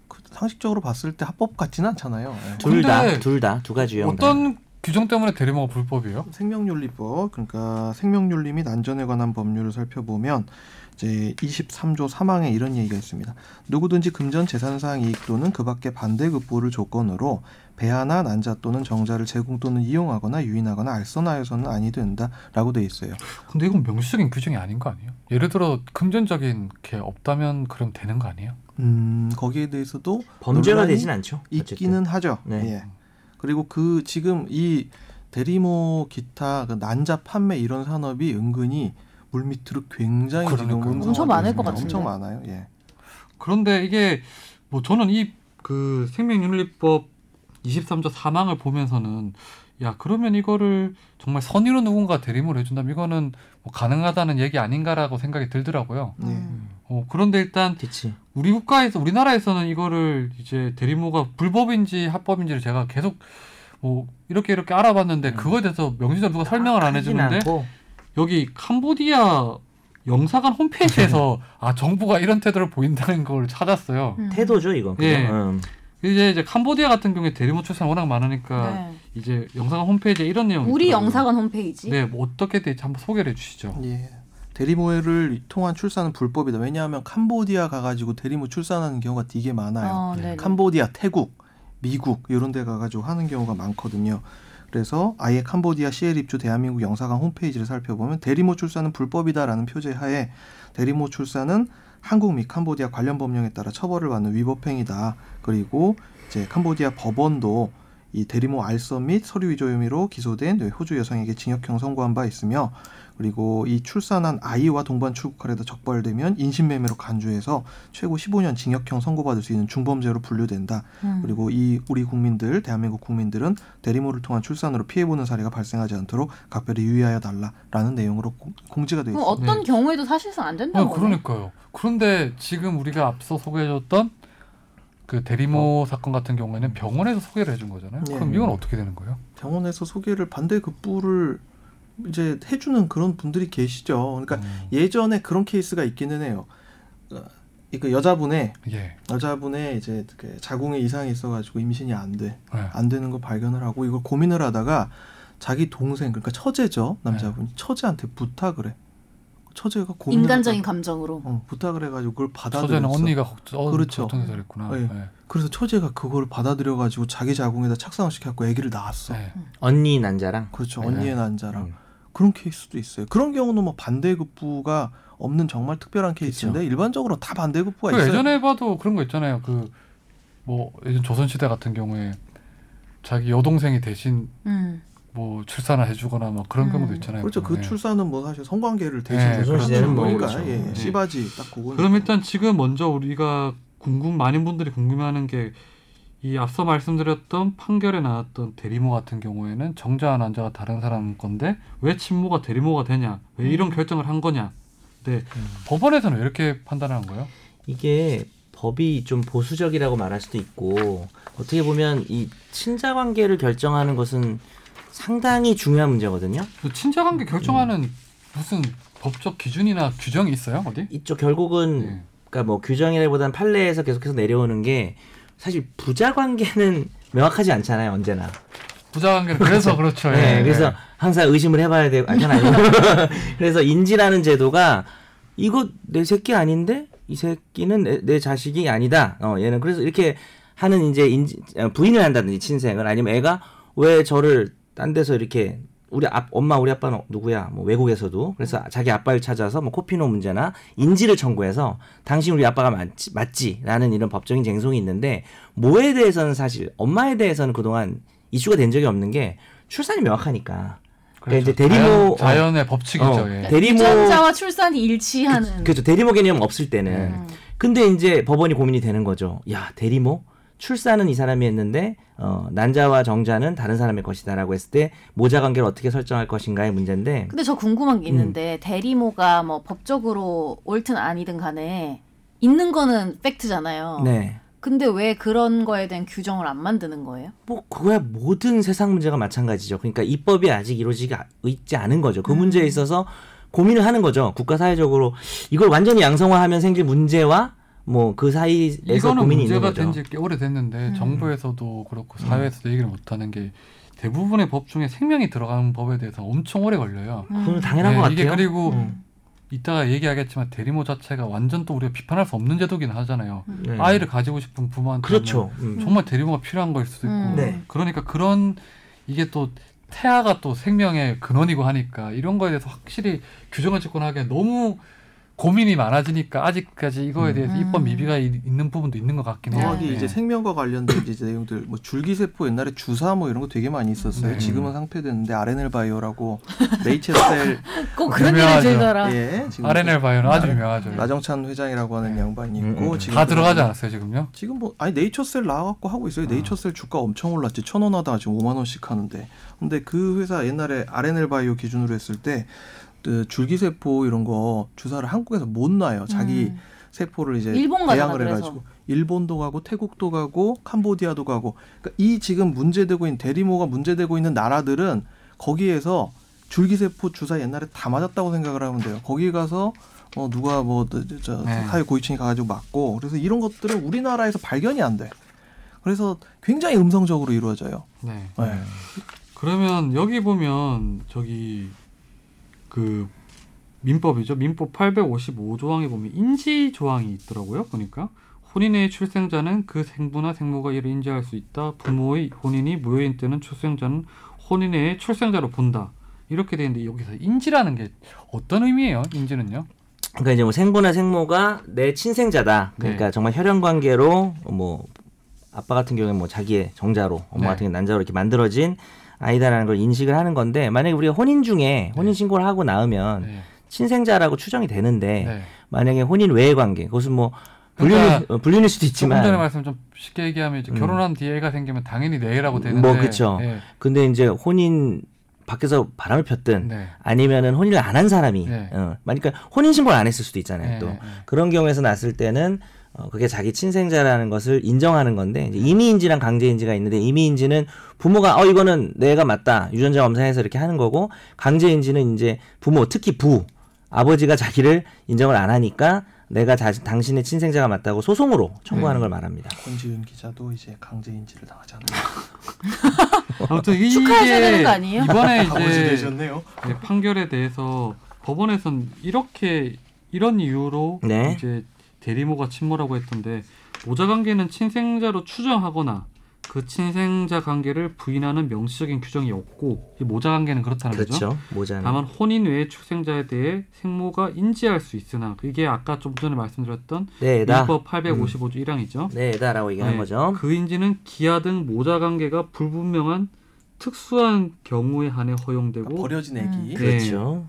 S3: 그 상식적으로 봤을 때 합법 같지는 않잖아요. 예.
S5: 둘 다
S1: 근데
S5: 둘 다 두 가지 유형 다.
S1: 어떤 규정 때문에 대리모가 불법이에요?
S3: 생명윤리법 그러니까 생명윤리 및 안전에 관한 법률을 살펴보면 이제 23조 3항에 이런 얘기가 있습니다. 누구든지 금전 재산상 이익 또는 그밖에 반대급부를 조건으로 배아나 난자 또는 정자를 제공 또는 이용하거나 유인하거나 알선하여서는 아니 된다라고 돼 있어요.
S1: 근데 이건 명시적인 규정이 아닌 거 아니에요? 예를 들어 금전적인 게 없다면 그럼 되는 거 아니에요?
S3: 음 거기에 대해서도
S5: 범죄가
S3: 논란이
S5: 되진 않죠.
S3: 있기는 하죠.
S5: 네.
S3: 예. 그리고 그 지금 이 대리모 기타 그 난자 판매 이런 산업이 은근히 물 밑으로 굉장히 지금
S1: 그러니까요.
S3: 음성화되어
S6: 엄청 많을 것
S3: 있습니다.
S6: 같은데.
S3: 엄청 많아요. 예.
S1: 그런데 이게 뭐 저는 이 그 생명윤리법 23조 3항을 보면서는 야 그러면 이거를 정말 선의로 누군가 대리모를 해준다면 이거는 뭐 가능하다는 얘기 아닌가라고 생각이 들더라고요.
S3: 네.
S6: 음.
S1: 어, 그런데 일단
S5: 그렇지.
S1: 우리 국가에서 우리나라에서는 이거를 이제 대리모가 불법인지 합법인지를 제가 계속 뭐 이렇게 이렇게 알아봤는데 그거에 대해서 명시적으로 누가 설명을
S5: 아,
S1: 안 해주는데 여기 캄보디아 영사관 홈페이지에서 아 정부가 이런 태도를 보인다는 걸 찾았어요.
S6: 음.
S5: 태도죠 이건. 그죠?
S1: 예.
S5: 음.
S1: 이제 이제 캄보디아 같은 경우에 대리모 출산 워낙 많으니까
S6: 네.
S1: 이제 영사관 홈페이지에 이런 내용이
S6: 우리
S1: 있더라고요.
S6: 영사관 홈페이지.
S1: 네, 뭐 어떻게 될지 한번 소개를 해주시죠.
S3: 예. 대리모를 통한 출산은 불법이다. 왜냐하면 캄보디아 가가지고 대리모 출산하는 경우가 되게 많아요.
S6: 어, 네.
S3: 캄보디아, 태국, 미국 이런 데 가가지고 하는 경우가 많거든요. 그래서 아예 캄보디아 CL 입주 대한민국 영사관 홈페이지를 살펴보면 대리모 출산은 불법이다라는 표제 하에 대리모 출산은 한국 및 캄보디아 관련 법령에 따라 처벌을 받는 위법행위다. 그리고 이제 캄보디아 법원도 이 대리모 알선 및 서류 위조 혐의로 기소된 네, 호주 여성에게 징역형 선고한 바 있으며 그리고 이 출산한 아이와 동반 출국하려다 적발되면 인신매매로 간주해서 최고 15년 징역형 선고받을 수 있는 중범죄로 분류된다.
S6: 음.
S3: 그리고 이 우리 국민들 대한민국 국민들은 대리모를 통한 출산으로 피해보는 사례가 발생하지 않도록 각별히 유의하여 달라라는 내용으로 고- 공지가 돼
S6: 그럼
S3: 있습니다.
S6: 어떤 경우에도 사실상 안
S1: 아,
S6: 된다는 거네.
S1: 그러니까요. 그런데 지금 우리가 앞서 소개해줬던 그 대리모 사건 같은 경우에는 병원에서 소개를 해준 거잖아요.
S3: 어. 네.
S1: 그럼 이건 어떻게 되는 거예요?
S3: 병원에서 소개를 반대 급부를 이제 해주는 그런 분들이 계시죠. 그러니까
S1: 음,
S3: 예전에 그런 케이스가 있기는 해요. 그 여자분의
S1: 예.
S3: 여자분의 이제 그 자궁에 이상이 있어가지고 임신이 안 돼.
S1: 네.
S3: 안 되는 거 발견을 하고 이걸 고민을 하다가 자기 동생 그러니까 처제죠 남자분이
S1: 네.
S3: 처제한테 부탁을 해 처제가 고민을
S6: 인간적인
S3: 하다가,
S6: 감정으로.
S3: 어, 부탁을 해가지고 그걸 받아들였어
S1: 처제는 언니가 걱정, 어,
S3: 그렇죠.
S1: 걱정해서 그랬구나.
S3: 예.
S1: 예.
S3: 그래서 처제가 그걸 받아들여가지고 자기 자궁에다 착상을 시켜갖고 아기를 낳았어
S1: 예.
S5: 언니 난자랑
S3: 그렇죠
S5: 네.
S3: 언니의 난자랑
S5: 음.
S3: 그런 케이스도 있어요 그런 경우는 뭐 반대급부가 없는 정말 특별한 케이스인데 일반적으로 다 반대급부가
S1: 그
S3: 있어요
S1: 예전에 봐도 그런 거 있잖아요. 그 뭐 예전 조선시대 같은 경우에 자기 여동생이 대신
S6: 음.
S1: 뭐 출산을 해주거나 막 그런
S6: 음.
S1: 경우도 있잖아요.
S3: 그렇죠 그
S1: 예.
S3: 출산은 뭐 사실 성관계를 대신
S1: 네,
S5: 조선시대는 뭐
S3: 그러니까
S5: 그렇죠.
S3: 예,
S1: 네.
S3: 씨바지 딱 그거
S1: 그럼 일단 지금 먼저 우리가 궁금 많은 분들이 궁금해하는 게 이 앞서 말씀드렸던 판결에 나왔던 대리모 같은 경우에는 정자한 환자가 다른 사람 건데 왜 친모가 대리모가 되냐
S3: 음.
S1: 왜 이런 결정을 한 거냐 네 법원에서는 왜 이렇게 판단한 거예요?
S5: 이게 법이 좀 보수적이라고 말할 수도 있고 어떻게 보면 이 친자 관계를 결정하는 것은 상당히 중요한 문제거든요.
S1: 그 친자관계 결정하는 무슨 법적 기준이나 규정이 있어요 어디?
S5: 이쪽 결국은
S1: 예.
S5: 그러니까 뭐 규정이라기보다는 판례에서 계속해서 내려오는 게 사실 부자 관계는 명확하지 않잖아요 언제나
S1: 부자 관계를 그래서 그렇죠.
S5: 네,
S1: 예.
S5: 그래서 항상 의심을 해봐야 되고 아니 아니 그래서 인지라는 제도가 이거 내 새끼 아닌데 이 새끼는 내, 내 자식이 아니다 어 얘는 그래서 이렇게 하는 이제 인지, 어, 부인을 한다든지 친생을 아니면 애가 왜 저를 딴 데서 이렇게 우리 아, 엄마 우리 아빠는 누구야 뭐 외국에서도
S1: 음.
S5: 그래서 자기 아빠를 찾아서 뭐 코피노 문제나 인지를 청구해서 당신 우리 아빠가 맞지, 맞지라는 이런 법적인 쟁송이 있는데 뭐에 대해서는 사실 엄마에 대해서는 그동안 이슈가 된 적이 없는 게 출산이 명확하니까 그러니까 이제 대리모
S1: 예. 그렇죠. 자연, 의
S5: 어,
S1: 법칙이죠.
S5: 어,
S1: 예.
S5: 대리모
S6: 유전자와 출산이 일치하는
S5: 그렇죠 대리모 개념 없을 때는
S1: 음.
S5: 근데 이제 법원이 고민이 되는 거죠 야 대리모 출산은 이 사람이 했는데 어, 난자와 정자는 다른 사람의 것이다라고 했을 때 모자 관계를 어떻게 설정할 것인가의 문제인데
S6: 근데 저 궁금한 게 있는데 대리모가 뭐 법적으로 옳든 아니든 간에 있는 거는 팩트잖아요.
S5: 네.
S6: 근데 왜 그런 거에 대한 규정을 안 만드는 거예요?
S5: 뭐 그거야 모든 세상 문제가 마찬가지죠. 그러니까 입법이 아직 이루어지지 아- 있지 않은 거죠.
S6: 음.
S5: 그 문제에 있어서 고민을 하는 거죠. 국가 사회적으로 이걸 완전히 양성화하면 생길 문제와 뭐 그 사이에서
S1: 이거는
S5: 고민이 있는
S1: 문제가
S5: 거죠. 음.
S1: 된 지 꽤 오래됐는데 정부에서도 그렇고 사회에서도 얘기를 못하는 게 대부분의 법 중에 생명이 들어가는 법에 대해서 엄청 오래 걸려요.
S6: 음.
S5: 그건 당연한 것
S1: 네, 이게
S5: 같아요.
S1: 그리고
S5: 음.
S1: 이따가 얘기하겠지만 대리모 자체가 완전 또 우리가 비판할 수 없는 제도긴 하잖아요.
S5: 네.
S1: 아이를 가지고 싶은 부모한테
S5: 그렇죠. 음.
S1: 정말 대리모가 필요한 거일 수도 있고
S6: 음.
S5: 네.
S1: 그러니까 그런 이게 또 태아가 또 생명의 근원이고 하니까 이런 거에 대해서 확실히 규정을 짓거나 하기엔 너무 고민이 많아지니까 아직까지 이거에 대해서
S6: 음.
S1: 입법 미비가 이- 있는 부분도 있는 것 같긴 해요.
S5: 네.
S3: 정확히 이제 생명과 관련된 이제 내용들 뭐 줄기세포 옛날에 주사 뭐 이런 거 되게 많이 있었어요.
S1: 네.
S3: 지금은 상폐됐는데 RNL 바이오라고 네이처셀
S6: 꼭 그런 일을
S1: 유명하죠.
S5: 아.
S6: 제기하라.
S3: 예 지금
S1: RNL 바이오는 아주 유명하죠.
S3: 나정찬 회장이라고 하는 양반이 있고
S5: 음, 음.
S3: 지금
S1: 다 들어가지 않았어요 지금요?
S3: 지금 뭐 아니 네이처셀 나와갖고 하고
S6: 아.
S3: 있어요. 네이처셀 주가 엄청 올랐지 천 원 하다가 지금 5만 원씩 하는데 근데 그 회사 옛날에 RNL 바이오 기준으로 했을 때. 그 줄기세포 이런 거 주사를 한국에서 못 놔요. 자기
S6: 음.
S3: 세포를 이제
S6: 일본 가잖아,
S3: 대항을
S6: 그래서.
S3: 해가지고 일본도 가고 태국도 가고 캄보디아도 가고 그러니까 이 지금 문제되고 있는 대리모가 문제되고 있는 나라들은 거기에서 줄기세포 주사 옛날에 다 맞았다고 생각을 하면 돼요. 거기 가서 어 누가 뭐 저, 저,
S1: 네.
S3: 사회 고위층이 가가지고 맞고 그래서 이런 것들은 우리나라에서 발견이 안 돼. 그래서 굉장히 음성적으로 이루어져요.
S1: 네.
S3: 네.
S1: 그러면 여기 보면 저기 그 민법이죠. 민법 855조항에 보면 인지 조항이 있더라고요. 보니까 혼인의 출생자는 그 생부나 생모가 이를 인지할 수 있다. 부모의 혼인이 무효인 때는 출생자는 혼인의 출생자로 본다. 이렇게 돼 있는데 여기서 인지라는 게 어떤 의미예요? 인지는요?
S5: 그러니까 이제 뭐 생부나 생모가 내 친생자다. 그러니까
S1: 네.
S5: 정말 혈연 관계로 뭐 아빠 같은 경우에 뭐 자기의 정자로, 엄마
S1: 네.
S5: 같은 경우 난자로 이렇게 만들어진 아이다라는 걸 인식을 하는 건데 만약에 우리가 혼인 중에 혼인 신고를 하고 나오면
S1: 네.
S5: 친생자라고 추정이 되는데
S1: 네.
S5: 만약에 혼인 외의 관계 그것은 뭐 불륜일,
S1: 그러니까
S5: 어, 불륜일 수도
S1: 조금 전에
S5: 있지만
S1: 말씀 좀 쉽게 얘기하면 이제
S5: 음.
S1: 결혼한 뒤에 애가 생기면 당연히 내 애라고 되는데
S5: 뭐, 그쵸.
S1: 예.
S5: 근데 이제 혼인 밖에서 바람을 폈든
S1: 네.
S5: 아니면은 혼인을 안 한 사람이
S1: 네.
S5: 어, 그러니까 혼인 신고를 안 했을 수도 있잖아요
S1: 네,
S5: 또
S1: 네,
S5: 그런 경우에서 났을 때는 어, 그게 자기 친생자라는 것을 인정하는 건데 이제 임의인지랑 강제인지가 있는데 임의인지는 부모가 어 이거는 내가 맞다 유전자 검사해서 이렇게 하는 거고 강제인지는 이제 부모 특히 부 아버지가 자기를 인정을 안 하니까 내가 자, 당신의 친생자가 맞다고 소송으로
S1: 네.
S5: 청구하는 걸 말합니다.
S3: 권지윤 기자도 이제 강제인지를 당하지 않나.
S1: 아무튼 이게
S6: 축하해줘야 되는 거 아니에요?
S1: 이번에
S3: 아버지
S1: 이제
S3: 되셨네요.
S1: 네, 판결에 대해서 법원에선 이렇게 이런 이유로
S5: 네.
S1: 이제 대리모가 친모라고 했던데 모자 관계는 친생자로 추정하거나 그 친생자 관계를 부인하는 명시적인 규정이 없고 이 모자 관계는 그렇다는 거죠. 네.
S5: 그렇죠. 모자는
S1: 다만 혼인 외의 출생자에 대해 생모가 인지할 수 있으나 그게 아까 좀 전에 말씀드렸던
S5: 내다
S1: 민법 855조 1항이죠.
S5: 내다라고 얘기하는
S1: 네,
S5: 거죠.
S1: 그 인지는 기아 등 모자 관계가 불분명한 특수한 경우에 한해 허용되고
S3: 그러니까
S5: 그러니까
S3: 버려진
S1: 음.
S3: 애기.
S5: 그렇죠.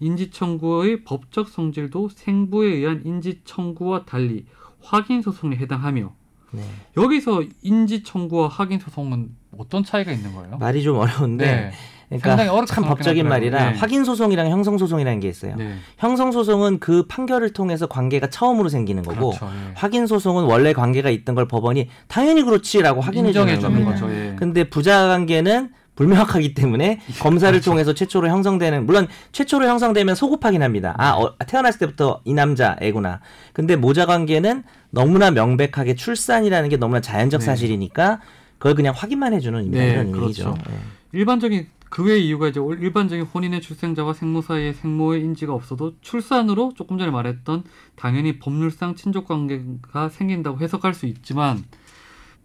S1: 인지 청구의 법적 성질도 생부에 의한 인지 청구와 달리 확인 소송에 해당하며
S5: 네.
S1: 여기서 인지 청구와 확인 소송은 어떤 차이가 있는 거예요?
S5: 말이 좀 어려운데
S1: 네. 상당히
S5: 그러니까
S1: 어렵게
S5: 참 법적인
S1: 생각하더라고요.
S5: 말이라
S1: 네.
S5: 확인 소송이랑 형성 소송이라는 게 있어요.
S1: 네,
S5: 형성 소송은 그 판결을 통해서 관계가 처음으로 생기는 거고
S1: 그렇죠. 예.
S5: 확인 소송은 원래 관계가 있던 걸 법원이 당연히 그렇지라고 확인해
S1: 인정해
S5: 주는
S1: 주는
S5: 겁니다.
S1: 거죠. 예.
S5: 근데 부자 관계는 불명확하기 때문에 검사를
S1: 그렇죠.
S5: 통해서 최초로 형성되는 물론 최초로 형성되면 소급하긴 합니다. 아 어, 태어났을 때부터 이 남자 애구나. 근데 모자 관계는 너무나 명백하게 출산이라는 게 너무나 자연적
S1: 네.
S5: 사실이니까 그걸 그냥 확인만 해주는 의미라는
S1: 네,
S5: 얘기죠.
S1: 그렇죠.
S5: 예.
S1: 일반적인 그 외의 이유가 이제 올- 일반적인 혼인의 출생자와 생모 사이의 생모의 인지가 없어도 출산으로 조금 전에 말했던 당연히 법률상 친족 관계가 생긴다고 해석할 수 있지만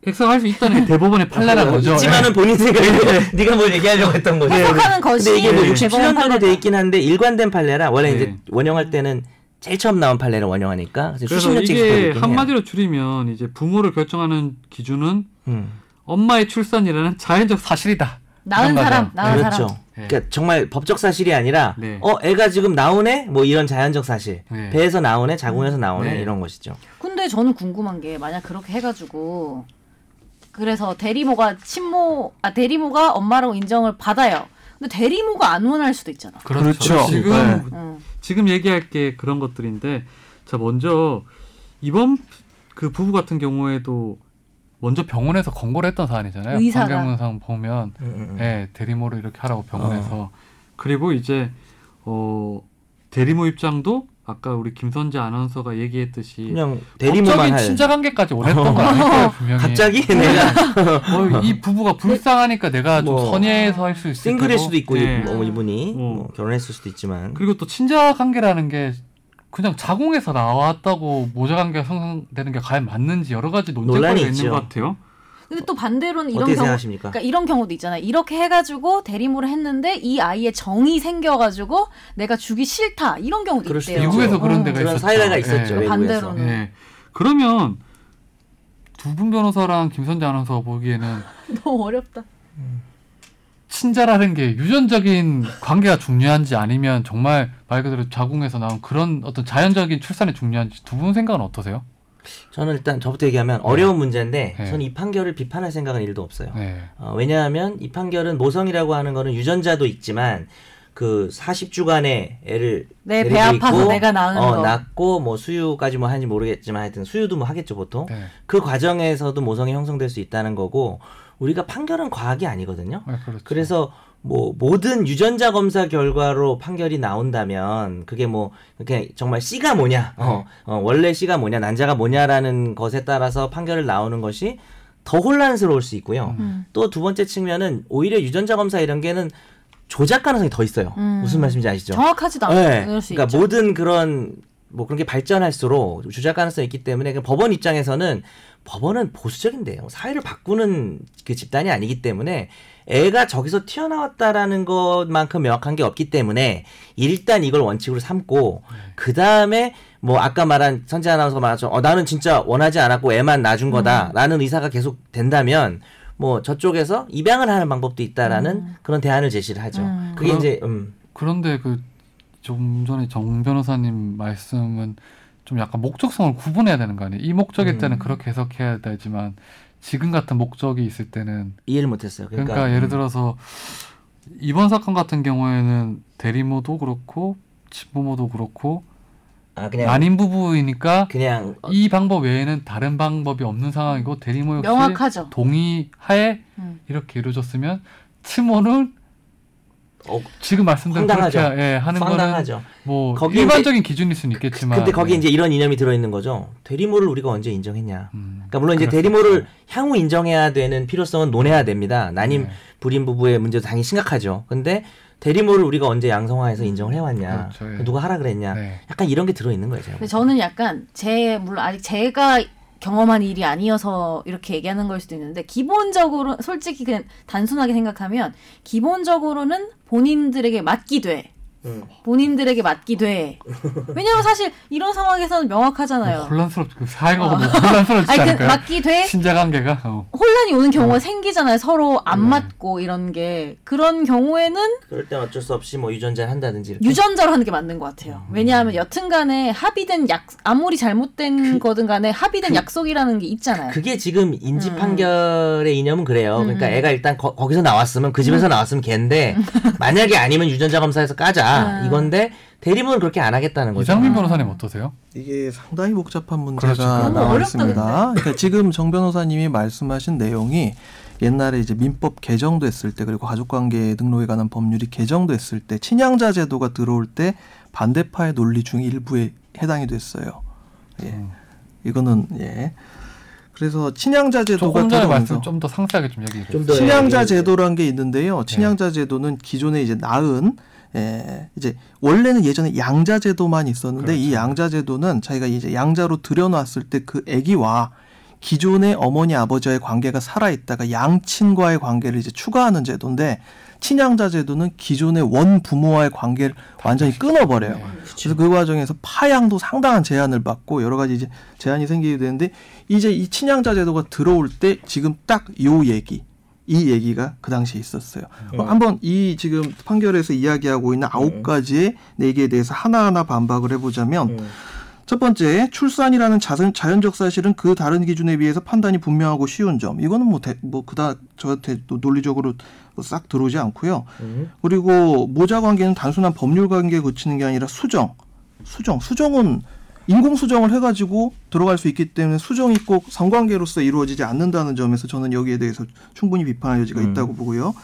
S1: 해석할 수 있다는 게 대법원의 판례라는 거죠.
S5: 아,
S1: 네.
S5: 있지만은 본인 생각에 네가 뭘 얘기하려고 했던 거지.
S6: 해석하는
S5: 근데
S6: 것이
S5: 이게 뭐
S1: 네.
S5: 67년도로 돼 있긴 한데 일관된 판례라 원래
S1: 네.
S5: 이제 원형할 때는 제일 처음 나온 판례를 원형하니까
S1: 그래서 이게 한마디로 줄이면 이제 부모를 결정하는 기준은
S5: 음,
S1: 엄마의 출산이라는 자연적 사실이다.
S6: 낳은
S1: 이런 거죠.
S6: 사람, 낳은
S5: 그렇죠.
S6: 사람.
S1: 네.
S5: 그러니까 정말 법적 사실이 아니라
S1: 네.
S5: 어 애가 지금 나오네 뭐 이런 자연적 사실
S1: 네.
S5: 배에서 나오네 자궁에서 나오네
S1: 네.
S5: 이런 것이죠.
S6: 근데 저는 궁금한 게 만약 그렇게 해가지고 그래서 대리모가 친모 아 대리모가 엄마라고 인정을 받아요. 근데 대리모가 안 원할 수도 있잖아.
S4: 그렇죠.
S1: 지금
S4: 네.
S6: 음.
S1: 지금 얘기할 게 그런 것들인데 자 먼저 이번 그 부부 같은 경우에도 먼저 병원에서 경고를 했던 사안이잖아요.
S6: 의사가.
S1: 환경문상 보면
S5: 음,
S1: 예, 대리모를 이렇게 하라고 병원에서
S5: 어.
S1: 그리고 이제 어 대리모 입장도 아까 우리 김선재 아나운서가 얘기했듯이
S5: 그냥 대리모만
S1: 법적인 네.
S5: 할
S1: 친자관계까지 오랫동안 거 아닐까요 분명히
S5: 갑자기 내가
S1: 어, 이 부부가 불쌍하니까 내가
S5: 뭐,
S1: 좀 선의해서 할 수 있을
S5: 싱글일
S1: 테고.
S5: 수도 있고
S1: 예.
S5: 이- 뭐 이분이
S1: 어.
S5: 뭐 결혼했을 수도 있지만
S1: 그리고 또 친자관계라는 게 그냥 자궁에서 나왔다고 모자관계가 형성되는 게 과연 맞는지 여러 가지
S5: 논란이
S1: 논쟁거리가
S5: 있죠.
S1: 있는 것 같아요.
S6: 근데 또 반대로는 이런
S5: 어떻게
S6: 경우
S5: 생각하십니까?
S6: 그러니까 이런 경우도 있잖아요. 이렇게 해가지고 대리모를 했는데 이 아이의 정이 생겨가지고 내가 주기 싫다 이런 경우도
S5: 그럴 수도
S6: 있대요.
S1: 미국에서 그런
S6: 어.
S1: 데가
S5: 그런
S1: 있었죠.
S5: 사례가 있었죠.
S1: 예.
S5: 외국에서.
S6: 반대로는. 음.
S1: 예. 그러면 두 분 변호사랑 김선재 아나운서 보기에는
S6: 너무 어렵다.
S1: 친자라는 게 유전적인 관계가 중요한지 아니면 정말 말 그대로 자궁에서 나온 그런 어떤 자연적인 출산이 중요한지 두 분 생각은 어떠세요?
S5: 저는 일단 저부터 얘기하면 어려운 문제인데
S1: 네.
S5: 저는 이 판결을 비판할 생각은 일도 없어요.
S1: 네.
S5: 어, 왜냐하면 이 판결은 모성이라고 하는 거는 유전자도 있지만 그 40주간의 애를
S6: 내 네,
S5: 데리고
S6: 배 아파서
S5: 있고,
S6: 내가 낳은
S5: 어,
S6: 거.
S5: 낳고 뭐 수유까지 뭐 하는지 모르겠지만 하여튼 수유도 뭐 하겠죠 보통
S1: 네.
S5: 그 과정에서도 모성이 형성될 수 있다는 거고 우리가 판결은 과학이 아니거든요.
S1: 네, 그렇죠.
S5: 그래서 뭐 모든 유전자 검사 결과로 판결이 나온다면 그게 뭐 그냥 정말 씨가 뭐냐 어,
S1: 네.
S5: 어, 원래 씨가 뭐냐 난자가 뭐냐라는 것에 따라서 판결을 나오는 것이 더 혼란스러울 수 있고요.
S6: 음.
S5: 또 두 번째 측면은 오히려 유전자 검사 이런 게는 조작 가능성이 더 있어요.
S6: 음.
S5: 무슨 말씀인지 아시죠?
S6: 정확하지도 않을
S5: 네.
S6: 수
S5: 그러니까
S6: 있죠.
S5: 모든 그런 뭐 그런 게 발전할수록 조작 가능성이 있기 때문에 그 법원 입장에서는 법원은 보수적인데요. 사회를 바꾸는 그 집단이 아니기 때문에 애가 저기서 튀어나왔다라는 것만큼 명확한 게 없기 때문에 일단 이걸 원칙으로 삼고 그 다음에 뭐 아까 말한 선재 아나운서가 말했죠. 어 나는 진짜 원하지 않았고 애만 낳아준
S6: 음.
S5: 거다라는 의사가 계속 된다면 뭐 저쪽에서 입양을 하는 방법도 있다라는
S6: 음.
S5: 그런 대안을 제시를 하죠. 그게
S1: 그럼-
S5: 이제 음.
S1: 그런데 그 좀 전에 정 변호사님 말씀은 좀 약간 목적성을 구분해야 되는 거 아니에요? 이
S5: 음.
S1: 목적일 때는 그렇게 해석해야 되지만 지금 같은 목적이 있을 때는
S5: 이해를 못했어요.
S1: 그러니까,
S5: 그러니까,
S1: 예를
S5: 음.
S1: 들어서 이번 사건 같은 경우에는 대리모도 그렇고 친부모도 그렇고
S5: 아 그냥
S1: 난임 부부이니까
S5: 그냥 어,
S1: 이 방법 외에는 다른 방법이 없는 상황이고
S5: 뭐
S1: 대리모 역시
S6: 명확하죠.
S1: 동의하에
S6: 음.
S1: 이렇게 이루어졌으면 친모는
S5: 어,
S1: 지금 말씀대로
S5: 황당하죠.
S1: 그렇게 예, 하는 거는
S5: 황당하죠.
S1: 뭐
S5: 거기에 그,
S1: 일반적인 기준일 수는 있겠지만
S5: 근데 거기에
S1: 네.
S5: 이제 이런 이념이 들어 있는 거죠. 대리모를 우리가 언제 인정했냐.
S1: 음,
S5: 그러니까 물론 이제
S1: 그렇죠.
S5: 대리모를 향후 인정해야 되는 필요성은 논해야 됩니다. 난임
S1: 네.
S5: 불임 부부의 문제도 당연히 심각하죠. 근데 대리모를 우리가 언제 양성화해서 인정을 해왔냐.
S1: 그렇죠, 예.
S5: 누가 하라 그랬냐.
S1: 네.
S5: 약간 이런 게 들어 있는 거예요. 제가.
S6: 근데 저는 약간 제 물론 아직 제가 경험한 일이 아니어서 이렇게 얘기하는 걸 수도 있는데 기본적으로 솔직히 그냥 단순하게 생각하면 기본적으로는 본인들에게 맞기돼
S5: 음.
S6: 본인들에게 맞기돼 왜냐면 사실 이런 상황에서는
S1: 뭐
S6: 명확하잖아요. 어.
S1: 혼란스럽죠. 그 사회가 뭐
S6: 아니
S1: 혼란스럽지
S6: 그
S1: 않을까요?
S6: 맞기돼
S1: 친자관계가 어.
S6: 혼란이 오는 경우가 생기잖아요. 서로 안
S1: 네.
S6: 맞고 이런 게 그런 경우에는
S5: 그럴 땐 어쩔 수 없이 뭐 유전자를 한다든지.
S1: 네.
S5: 이렇게.
S6: 유전자로 하는 게 맞는 것
S1: 음.
S6: 같아요. 왜냐하면 여튼간에 합의된 약 아무리 잘못된
S1: 그
S6: 거든 간에 합의된 약속이라는 게 있잖아요.
S5: 그게 지금 인지
S6: 음.
S5: 판결의 이념은 그래요. 그러니까 애가 일단 거, 기서 나왔으면 그
S6: 음.
S5: 집에서 나왔으면 걔인데 만약에 아니면 유전자 검사에서
S6: 음.
S5: 까자 이건데 대리모는 그렇게 안 하겠다는 거죠.
S6: 아.
S1: 이상민 변호사님 어떠세요?
S3: 이게 상당히 복잡한
S1: 그렇죠.
S3: 문제가
S1: 너무
S3: 나와
S6: 어렵다,
S3: 있습니다. 그러니까 지금 정 변호사님이 말씀하신 내용이 옛날에 이제 민법 개정됐을 때 그리고 가족관계 등록에 관한 법률이 개정됐을 때 친양자 제도가 들어올 때 반대파의
S1: 음.
S3: 논리 중 일부에 해당이 됐어요. 예, 이거는 예. 그래서 친양자 제도가
S1: 조금 전에 말씀
S3: 들어오면서
S1: 좀 더 상세하게 좀 얘기해 주세요.
S5: 좀더 예, 아,
S3: 친양자 제도란 게 있는데요. 친양자 제도는 기존에 이제 낳은 예, 이제 원래는 예전에 양자 제도만 있었는데 이 양자 제도는 자기가 이제 양자로 들여놨을 때 그 아기와 기존의 어머니 아버지와의 관계가 살아 있다가 양친과의 관계를 이제 추가하는 제도인데 친양자 제도는 기존의 원 부모와의 관계를 완전히 끊어버려요. 그래서 그 과정에서 파양도 상당한 제한을 받고 여러 가지 이제 제한이 생기게 되는데 이제 이 친양자 제도가 들어올 때 지금 딱 요 얘기 이 얘기가 그 당시에 있었어요. 어, 한번 이 지금 판결에서 이야기하고 있는 아홉 가지의 내기에 대해서 하나하나 반박을 해보자면 첫 번째, 출산이라는 자선, 자연적 사실은 그 다른 기준에 비해서 판단이 분명하고 쉬운 점. 이거는 뭐, 대, 뭐 그다 저한테 또 논리적으로 싹 들어오지 않고요. 그리고 모자 관계는 단순한 법률 관계에 그치는 게 아니라 수정, 수정, 수정은 인공 수정을 해가지고 들어갈 수 있기 때문에 수정이 꼭 성관계로서 이루어지지 않는다는 점에서 저는 여기에 대해서 충분히 비판할 여지가 있다고 보고요.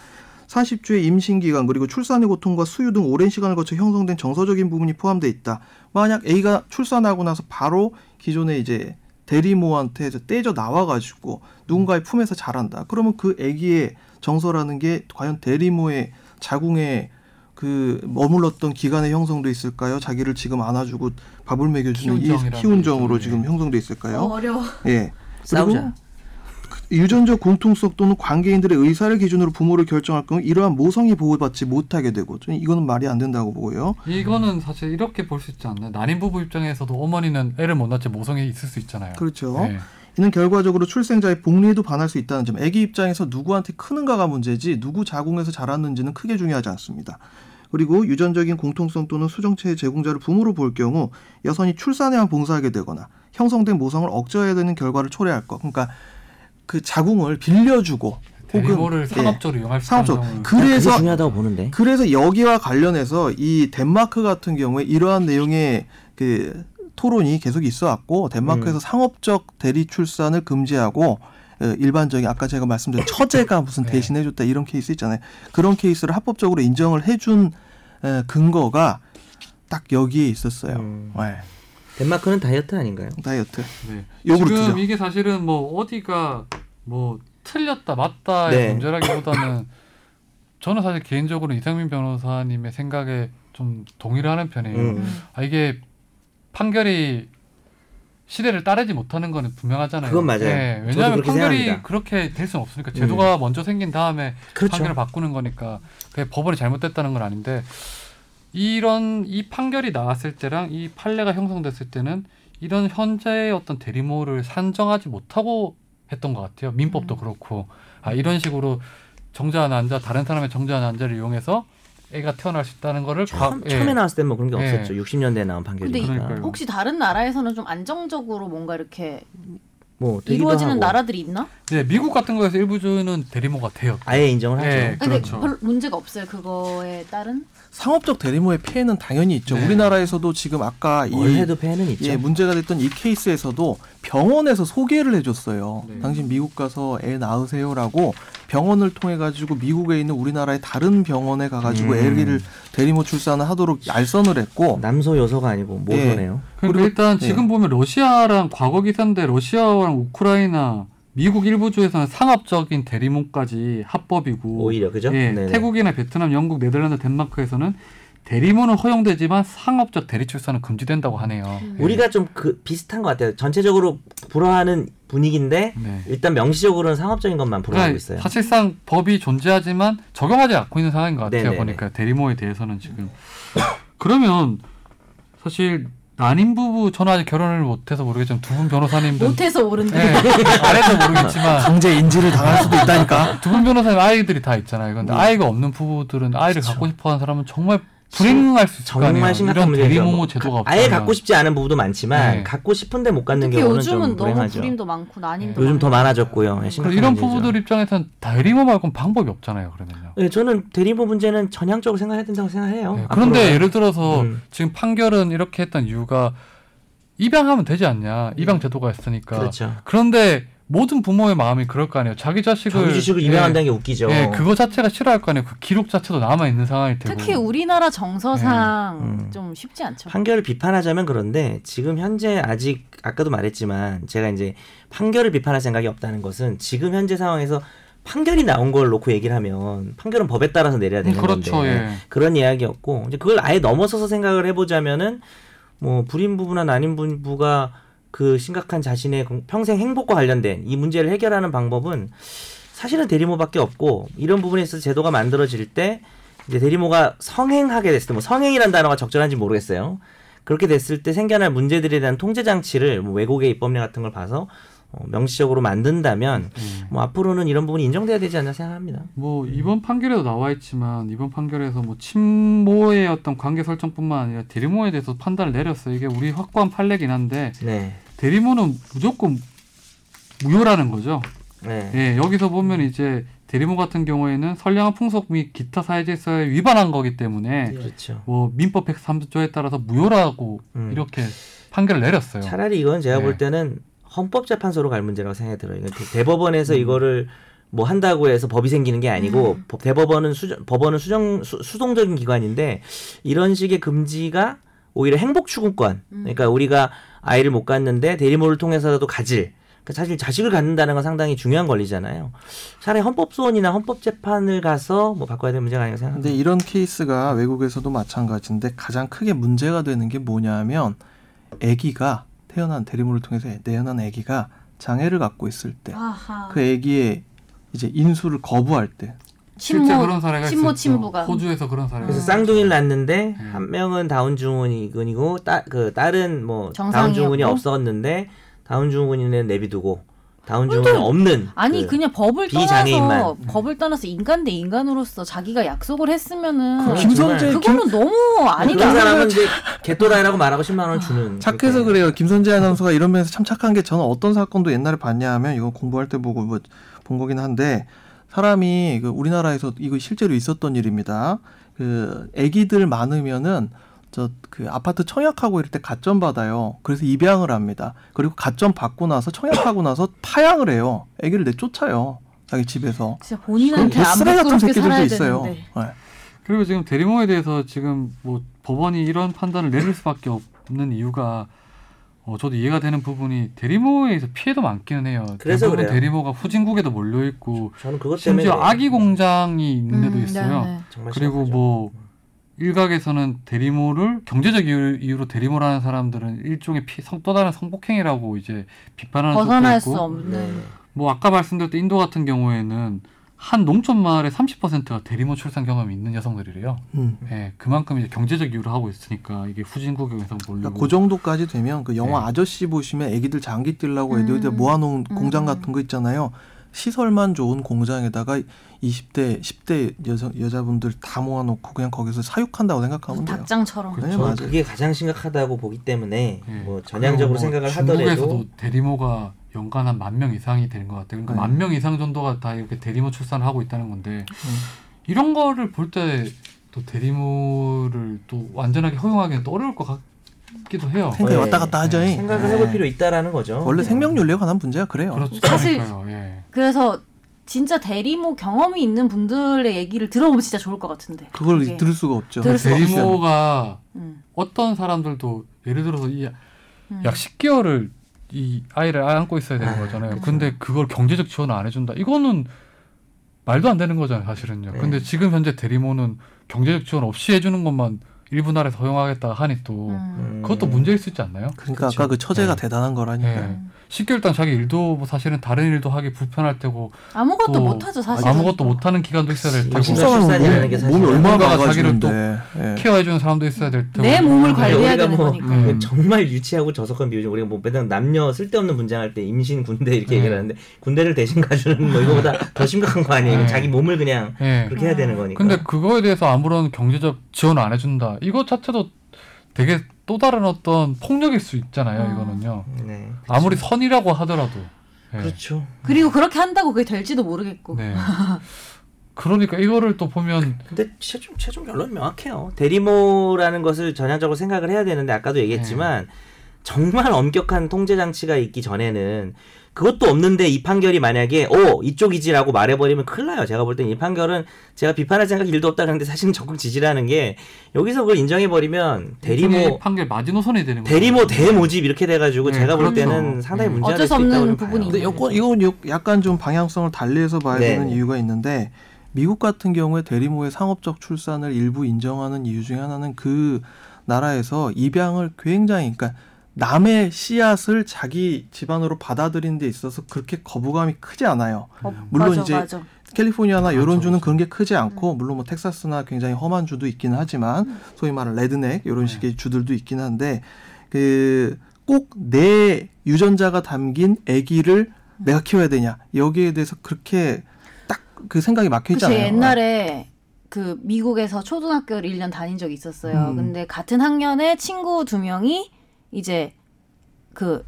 S3: 40주의 임신 기간 그리고 출산의 고통과 수유 등 오랜 시간을 거쳐 형성된 정서적인 부분이 포함돼 있다. 만약 A가 출산하고 나서 바로 기존의 이제 대리모한테 이제 떼져 나와가지고
S1: 음.
S3: 누군가의 품에서 자란다. 그러면 그 아기의 정서라는 게 과연 대리모의 자궁에 그 머물렀던 기간에 형성돼 있을까요? 자기를 지금 안아주고 밥을 먹여주는 이
S1: 희운정이라고
S3: 희운정으로
S1: 있죠.
S3: 지금 형성돼 있을까요?
S6: 어려워.
S3: 예. 그
S5: 싸우자.
S3: 유전적 공통성 또는 관계인들의 의사를 기준으로 부모를 결정할 경우 이러한 모성이 보호받지 못하게 되고 저는 이거는 말이 안 된다고 보고요.
S1: 이거는 사실 이렇게 볼 수 있지 않나요? 난임 부부 입장에서도 어머니는 애를 못 낳지 모성이 있을 수 있잖아요.
S3: 그렇죠.
S1: 네.
S3: 이는 결과적으로 출생자의 복리에도 반할 수 있다는 점. 아기 입장에서 누구한테 크는가가 문제지 누구 자궁에서 자랐는지는 크게 중요하지 않습니다. 그리고 유전적인 공통성 또는 수정체의 제공자를 부모로 볼 경우 여성이 출산에만 봉사하게 되거나 형성된 모성을 억제해야 되는 결과를 초래할 것. 그러니까 그 자궁을 빌려주고
S1: 대리모를
S3: 예,
S1: 상업적으로 이용할 수 있는
S3: 상업적.
S1: 경우는
S5: 그게
S3: 그래서
S5: 중요하다고 보는데.
S1: 네.
S3: 그래서 여기와 관련해서 이 덴마크 같은 경우에 이러한 내용의 그 토론이 계속 있어 왔고
S1: 음.
S3: 덴마크에서 상업적 대리 출산을 금지하고 어, 일반적인 아까 제가 말씀드린 처제가 무슨
S1: 네.
S3: 대신해 줬다 이런 케이스 있잖아요. 그런 케이스를 합법적으로 인정을 해준 에, 근거가 딱 여기에 있었어요.
S5: 음.
S3: 네.
S5: 덴마크는 다이어트 아닌가요?
S3: 다이어트.
S1: 네.
S3: 요구르트죠.
S1: 지금 이게 사실은 뭐 어디가 뭐 틀렸다 맞다의
S5: 네.
S1: 문제라기보다는 저는 사실 개인적으로 이상민 변호사님의 생각에 좀 동의를 하는 편이에요.
S5: 음.
S1: 아 이게 판결이 시대를 따르지 못하는 거는 분명하잖아요.
S5: 그건 맞아요.
S1: 예,
S5: 저도
S1: 왜냐하면
S5: 그렇게
S1: 판결이
S5: 생각합니다. 음.
S1: 그렇게 될 수는 없으니까 제도가 먼저 생긴 다음에
S5: 그렇죠.
S1: 판결을 바꾸는 거니까 그게 법원이 잘못됐다는 건 아닌데 이런 이 판결이 나왔을 때랑 이 판례가 형성됐을 때는 이런 현재의 어떤 대리모를 산정하지 못하고 했던 것 같아요.
S5: 음.
S1: 민법도 그렇고 아 이런 식으로 정자 난자 다른 사람의 정자 난자를 이용해서 애가 태어날 수 있다는 거를
S5: 처음,
S1: 과- 예.
S5: 처음에 나왔을 땐 뭐 그런 게
S1: 예.
S5: 없었죠. 60년대에 나온 판결이니까.
S1: 그러니까요.
S6: 혹시 다른 나라에서는 좀 안정적으로 뭔가 이렇게
S5: 뭐 되기도
S6: 이루어지는
S5: 하고.
S6: 나라들이 있나?
S1: 네, 미국 같은 거에서 일부 주는 대리모가 돼요.
S5: 아예 인정을 하죠.
S1: 네,
S6: 근데
S1: 그렇죠.
S6: 별 문제가 없어요. 그거에 따른
S3: 상업적 대리모의 피해는 당연히 있죠.
S1: 네.
S3: 우리나라에서도 지금 아까 이
S5: 월세도 폐는 있죠.
S3: 예, 문제가 됐던 이 케이스에서도 병원에서 소개를 해줬어요.
S1: 네.
S3: 당신 미국 가서 애 낳으세요라고 병원을 통해 가지고 미국에 있는 우리나라의 다른 병원에 가가지고
S5: 음.
S3: 애를 대리모 출산을 하도록 알선을 했고
S5: 남소 여소가 아니고 예. 모소네요.
S1: 그리고
S3: 그리고-
S1: 그러니까 일단
S3: 네.
S1: 지금 보면 러시아랑 과거 기사인데 러시아랑 우크라이나 미국 일부 주에서는 상업적인 대리모까지 합법이고
S5: 오히려 그죠?
S1: 예,
S5: 네네.
S1: 태국이나 베트남, 영국, 네덜란드, 덴마크에서는 대리모는 허용되지만 상업적 대리 출산은 금지된다고 하네요. 예.
S5: 우리가 좀 그 비슷한 것 같아요. 전체적으로 불화하는 분위기인데
S1: 네.
S5: 일단 명시적으로는 상업적인 것만 불화하고
S1: 그러니까
S5: 있어요.
S1: 사실상 법이 존재하지만 적용하지 않고 있는 상황인 것 같아요.
S5: 네네네.
S1: 보니까 대리모에 대해서는 지금 그러면 사실 난임 부부 저는 아직 결혼을 못해서 모르겠지만 두 분 변호사님들
S6: 못해서 오른데
S1: 예, 잘해서 모르겠지만
S3: 강제 인지를 당할 수도 있다니까. 음.
S1: 두 분 변호사님 아이들이 다 있잖아요. 근데 아이가 없는 부부들은 아이를 갖고 싶어하는 사람은 정말 불행할 수 있을 거 아니에요.
S5: 정말 심각한
S1: 이런
S5: 문제죠.
S1: 대리모모
S5: 뭐
S1: 제도가
S5: 가- 아예
S1: 없잖아요.
S5: 갖고 싶지 않은 부부도 많지만
S1: 네.
S5: 갖고 싶은데 못 갖는
S6: 특히
S5: 경우는
S6: 요즘은
S5: 좀
S6: 너무
S5: 불행하죠.
S6: 불임도 많고 난임도
S5: 요즘 더
S6: 많고.
S5: 많아졌고요. 예,
S1: 그리고
S5: 심각한
S1: 이런
S5: 문제죠.
S1: 부부들 입장에서는 대리모 말고는 방법이 없잖아요. 그러면요.
S5: 예, 저는 대리모 문제는 전향적으로 생각해야 된다고 생각해요.
S1: 네, 그런데
S5: 앞으로는.
S1: 예를 들어서
S5: 음.
S1: 지금 판결은 이렇게 했던 이유가 입양하면 되지 않냐. 입양 제도가 있으니까.
S5: 음. 그렇죠.
S1: 그런데 모든 부모의 마음이 그럴 거 아니에요. 자기 자식을
S5: 정규직을
S1: 예,
S5: 입양한다는 게 웃기죠.
S1: 예, 그거 자체가 싫어할 거 아니에요. 그 기록 자체도 남아 있는 상황일 테고.
S6: 특히 우리나라 정서상
S5: 네. 음.
S6: 좀 쉽지 않죠.
S5: 판결을 비판하자면 그런데 지금 현재 아직 아까도 말했지만 제가 이제 판결을 비판할 생각이 없다는 것은 지금 현재 상황에서 판결이 나온 걸 놓고 얘기를 하면 판결은 법에 따라서 내려야
S1: 음,
S5: 되는
S1: 그렇죠.
S5: 건데
S1: 예.
S5: 그런 이야기였고 이제 그걸 아예 넘어서서 생각을 해보자면은 뭐 불임 부부나 난임 부부가 그 심각한 자신의 공- 평생 행복과 관련된 이 문제를 해결하는 방법은 사실은 대리모밖에 없고 이런 부분에 있어서 제도가 만들어질 때 이제 대리모가 성행하게 됐을 때 뭐 성행이라는 단어가 적절한지 모르겠어요. 그렇게 됐을 때 생겨날 문제들에 대한 통제 장치를 뭐 외국의 입법례 같은 걸 봐서 어, 명시적으로 만든다면 뭐 앞으로는 이런 부분이 인정돼야 되지 않나 생각합니다.
S1: 예. 뭐 이번 판결에도 나와 있지만 이번 판결에서 뭐 친모의 어떤 관계 설정뿐만 아니라 대리모에 대해서 판단을 내렸어요. 이게 우리 확고한 판례긴 한데
S5: 네.
S1: 대리모는 무조건 무효라는 거죠.
S5: 네.
S1: 예, 여기서 보면 이제 대리모 같은 경우에는 선량한 풍속 및 기타 사회 질서에 위반한 거기 때문에
S5: 그렇죠.
S1: 뭐 민법 103조에 따라서 무효라고
S5: 음.
S1: 이렇게 판결을 내렸어요.
S5: 차라리 이건 제가
S1: 네.
S5: 볼 때는 헌법재판소로 갈 문제라고 생각이 들어요. 이건 대-
S1: 음.
S5: 대법원에서 이거를 뭐 한다고 해서 법이 생기는 게 아니고 법- 대법원은 수정, 법원은 수정 수, 수동적인 기관인데 이런 식의 금지가 오히려 행복 추구권.
S1: 음.
S5: 그러니까 우리가 아이를 못 갖는데 대리모를 통해서라도 가질. 그러니까 사실 자식을 갖는다는 건 상당히 중요한 권리잖아요. 차라리 헌법소원이나 헌법재판을 가서 뭐 바꿔야 될 문제가 아닌가 생각합니다.
S3: 근데 이런 케이스가 외국에서도 마찬가지인데 가장 크게 문제가 되는 게 뭐냐면 아기가 태어난 대리모를 통해서 태어난 아기가 장애를 갖고 있을
S1: 네.
S3: 때 그
S6: 아하.
S3: 아기의 이제 인수를 거부할 때
S1: 실제 그런 사례가
S6: 친모
S1: 있었죠.
S6: 친부가.
S1: 호주에서 그런 사례가
S5: 그래서
S6: 음.
S5: 쌍둥이를 낳는데
S1: 음.
S5: 한 명은 다운 증후군이고 따그 다른 뭐 다운
S6: 정상이었고.
S5: 증후군이 없었는데 다운 증후군이는 내비두고 다운 증후군이 없는
S6: 아니
S5: 그,
S6: 그, 냥 법을 떠나서 음.
S5: 비장애인만.
S6: 법을 떠나서 인간 대 인간으로서 자기가 약속을 했으면은
S5: 그렇죠.
S3: 김선재
S6: 그거는 너무 아니다.
S5: 그런 사람은 이제 개또라이라고 말하고 10만 원 주는
S3: 착해서
S5: 그러니까.
S3: 그래요. 김선재 아나운서가 이런 면에서 참 착한 게 저는 어떤 사건도 옛날에 봤냐 하면 이거 공부할 때 보고 뭐 본 거긴 한데 사람이 그 우리나라에서 이거 실제로 있었던 일입니다. 그 아기들 많으면은 저 그 아파트 청약하고 이럴 때 가점 받아요. 그래서 입양을 합니다. 그리고 가점 받고 나서 청약하고 나서 파양을 해요. 아기를 내쫓아요. 자기 집에서.
S6: 진짜
S3: 그런
S6: 본인한테 안
S3: 쓰레기 같은
S6: 부끄럽게
S3: 새끼들도
S6: 살아야
S3: 있어요.
S6: 되는데.
S3: 네.
S1: 그리고 지금 대리모에 대해서 지금 뭐 법원이 이런 판단을 내릴 수밖에 없는 이유가 어, 저도 이해가 되는 부분이 대리모에 의해서 피해도 많기는 해요.
S5: 그래서
S1: 대부분
S5: 그래요.
S1: 대리모가 후진국에도 몰려 있고
S5: 저는 그것 때문에
S1: 심지어 아기 공장이 있는 데도
S6: 음,
S1: 있어요.
S6: 네, 네.
S5: 정말
S1: 그리고
S5: 심각하죠.
S1: 뭐 일각에서는 대리모를 경제적 이유- 이유로 대리모를 하는 사람들은 일종의 피, 성, 또 다른 성폭행이라고 이제 비판하는 쪽도
S6: 벗어날 수
S1: 있고
S6: 없는
S5: 네.
S1: 뭐 아까 말씀드렸던 인도 같은 경우에는 한 농촌 마을의 30%가 대리모 출산 경험이 있는 여성들이래요.
S3: 음.
S1: 예, 그만큼 이제 경제적 이유로 하고 있으니까 이게 후진국에서 뭐 몰리고
S3: 그러니까 그 정도까지 되면 그 영화
S1: 음. 네.
S3: 아저씨 보시면 애기들 장기 띠려고 애들
S6: 음.
S3: 모아놓은
S6: 음.
S3: 공장 같은 거 있잖아요. 시설만 좋은 공장에다가 20대, 10대 여성, 여자분들 다 모아놓고 그냥 거기서 사육한다고 생각하면 돼요.
S6: 닭장처럼.
S1: 그렇죠.
S3: 네,
S5: 저는
S3: 맞아요.
S5: 그게 가장 심각하다고 보기 때문에
S1: 예.
S5: 뭐
S1: 그리고
S5: 전향적으로
S1: 뭐
S5: 생각을 하더라도
S1: 중국에서도 대리모가 연간 한 만 명 이상이 되는 것 같아요. 그러니까
S3: 네.
S1: 만 명 이상 정도가 다 이렇게 대리모 출산을 하고 있다는
S5: 네.
S1: 건데 이런 거를 볼 때 또 대리모를 또 완전하게 허용하기는 또 어려울 것 같기도 해요.
S3: 생각이
S5: 예.
S3: 왔다 갔다 하죠. 잉?
S5: 생각을
S3: 예.
S1: 네.
S5: 해볼 필요 있다라는 거죠.
S3: 원래 생명윤리에 관한 문제가 그래요.
S1: 그렇죠.
S6: 사실-
S1: 그러니까요. 예.
S6: 그래서 진짜 대리모 경험이 있는 분들의 얘기를 들어보면 진짜 좋을 것 같은데.
S3: 그걸
S6: 이게.
S3: 들을 수가 없죠.
S6: 네. 들을 수가
S1: 대리모가
S6: 음.
S1: 어떤 사람들도 예를 들어서 이 약
S6: 음.
S1: 10개월을 이 아이를 안고 있어야 되는
S5: 아,
S1: 거잖아요.
S6: 그쵸.
S1: 근데 그걸 경제적 지원을 안 해준다. 이거는 말도 안 되는 거잖아요, 사실은요.
S5: 네.
S1: 근데 지금 현재 대리모는 경제적 지원 없이 해주는 것만 일부 나라에서 허용하겠다 하니 또
S6: 음.
S5: 음.
S1: 그것도 문제일 수 있지 않나요?
S3: 그러니까
S5: 그렇죠.
S3: 아까 그 처제가
S1: 네.
S3: 대단한 거라니까요.
S1: 예.
S6: 음.
S1: 10개월 동안 자기 일도 뭐 사실은 다른 일도 하기 불편할 테고
S6: 아무것도
S1: 또
S6: 못하죠 사실.
S1: 아무것도 못하는 기간도 있어야
S3: 아,
S1: 될
S5: 그치.
S1: 테고
S5: 진짜 출산이라는 게
S3: 몸,
S5: 사실
S3: 몸이 얼마나
S1: 엄마가 자기를
S3: 망가지는데.
S1: 또
S3: 예.
S1: 케어해주는 사람도 있어야 될 테고
S6: 내 몸을
S5: 아니,
S6: 관리해야
S5: 우리가
S6: 되는
S5: 뭐
S6: 거니까.
S1: 음.
S5: 정말 유치하고 저속한 비유죠. 우리가 뭐 맨날 남녀 쓸데없는 분쟁할 때 임신 군대 이렇게
S1: 네.
S5: 얘기를 하는데 군대를 대신 가주는 뭐 이거보다 더 심각한 거 아니에요.
S1: 네.
S5: 자기 몸을 그냥
S6: 네.
S1: 예.
S5: 그렇게 해야 되는 거니까.
S1: 근데 그거에 대해서 아무런 경제적 지원을 안 해준다. 이거 자체도 되게 또 다른 어떤 폭력일 수 있잖아요.
S6: 음.
S1: 이거는요.
S5: 네.
S1: 아무리 선이라고 하더라도.
S6: 네.
S1: 예.
S5: 그렇죠.
S6: 그리고 그렇게 한다고 그게 될지도 모르겠고.
S1: 네. 그러니까 이거를 또 보면
S5: 근데 최종 최종 결론이 명확해요. 대리모라는 것을 전향적으로 네. 생각을 해야 되는데 아까도 얘기했지만 정말 엄격한 통제 장치가 있기 전에는 그것도 없는데 이 판결이 만약에 어 이쪽이지라고 말해버리면 큰일 나요. 제가 볼 땐 이 판결은 제가 비판할 생각 일도 없다 그랬는데 사실은 적극 지지라는 게 여기서 그걸 인정해버리면
S1: 일종의
S5: 대리모
S1: 판결 마지노선이 되는 거죠. 음.
S5: 대리모 대모집 이렇게 돼가지고
S1: 네,
S5: 제가 볼
S1: 그렇죠.
S5: 때는 상당히
S1: 네.
S5: 문제가
S6: 어쩔 수
S5: 될수 있다고
S6: 없는
S5: 저는
S6: 부분이
S5: 봐요.
S6: 있는
S3: 근데 여건 이건 요- 약간 좀 방향성을 달리해서 봐야
S5: 네.
S3: 되는 이유가 있는데 미국 같은 경우에 대리모의 상업적 출산을 일부 인정하는 이유 중에 하나는 그 나라에서 입양을 굉장히 그러니까 남의 씨앗을 자기 집안으로 받아들이는 데 있어서 그렇게 거부감이 크지 않아요.
S6: 어,
S3: 물론
S6: 맞아,
S3: 이제
S6: 맞아. 네.
S3: 캘리포니아나
S5: 그렇죠,
S3: 이런 주는 그런 게 크지 않고 물론 뭐 텍사스나 굉장히 험한 주도 있긴 하지만
S6: 음.
S3: 소위 말하는 레드넥 이런
S6: 네.
S3: 식의 주들도 있긴 한데 그 꼭 내 유전자가 담긴 아기를
S6: 음.
S3: 내가 키워야 되냐 여기에 대해서 그렇게 딱 그 생각이
S6: 그치
S3: 막혀 있잖아요.
S6: 옛날에 그 미국에서 초등학교를 1년 다닌 적이 있었어요.
S3: 음.
S6: 근데 같은 학년에 친구 두 명이 이제 그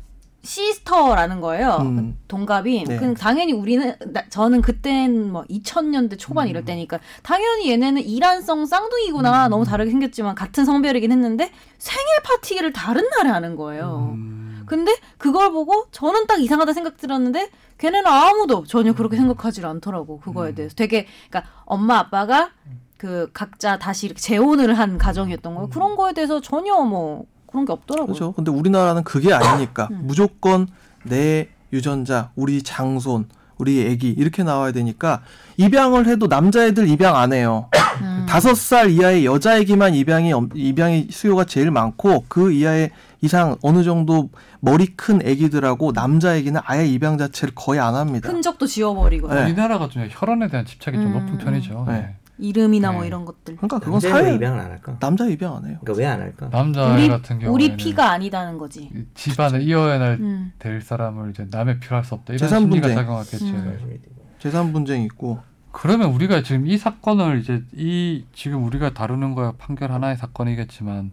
S6: 시스터라는 거예요.
S3: 음.
S6: 동갑이.
S3: 네.
S6: 그 당연히 우리는 나- 저는 그땐 뭐 2000년대 초반
S3: 음.
S6: 이럴 때니까 당연히 얘네는 이란성 쌍둥이구나. 너무 다르게 생겼지만 같은 성별이긴 했는데 생일 파티를 다른 날에 하는 거예요.
S1: 음.
S6: 근데 그걸 보고 저는 딱 이상하다 생각 들었는데 걔네는 아무도 전혀
S3: 음.
S6: 그렇게 생각하지 않더라고 그거에
S1: 음.
S6: 대해서 되게 그러니까 엄마 아빠가 그 각자 다시 이렇게 재혼을 한 가정이었던 거예요 그런 거에 대해서 전혀 뭐 그런 게 없더라고요
S3: 음. 그렇죠. 근데 우리나라는 그게 아니니까
S6: 음.
S3: 무조건 내 유전자, 우리 장손, 우리 아기 이렇게 나와야 되니까 입양을 해도 남자애들 입양 안 해요.
S6: 음.
S3: 다섯 살 이하의 여자애기만 입양이 엄- 입양이 수요가 제일 많고 그 이하의 이상 어느 정도 머리 큰 애기들하고 남자애기는 아예 입양 자체를 거의 안 합니다.
S6: 흔적도 지워버리고
S3: 네.
S1: 우리나라가 좀 혈안에 대한 집착이 좀 높은
S6: 음.
S1: 편이죠.
S3: 네.
S1: 네.
S6: 이름이나 뭐
S1: 네.
S6: 이런 것들
S3: 그러니까 그건
S5: 남자애가
S3: 사회
S5: 입양을 안 할까?
S3: 남자 입양 안 해요.
S5: 그러니까 왜 안 할까?
S6: 아, 네.
S1: 남자
S6: 우리
S1: 같은 경우에는 네.
S6: 우리 피가 아니다는 거지
S1: 이 집안을 이어야 할
S6: 음.
S1: 될 사람을 이제 남의 필요할 수 없다 이런
S3: 재산
S1: 심리가
S3: 분쟁.
S1: 작용하겠죠.
S6: 음.
S3: 재산 분쟁 있고
S1: 그러면 우리가 지금 이 사건을 이제 이 지금 우리가 다루는 거야 판결 하나의 사건이겠지만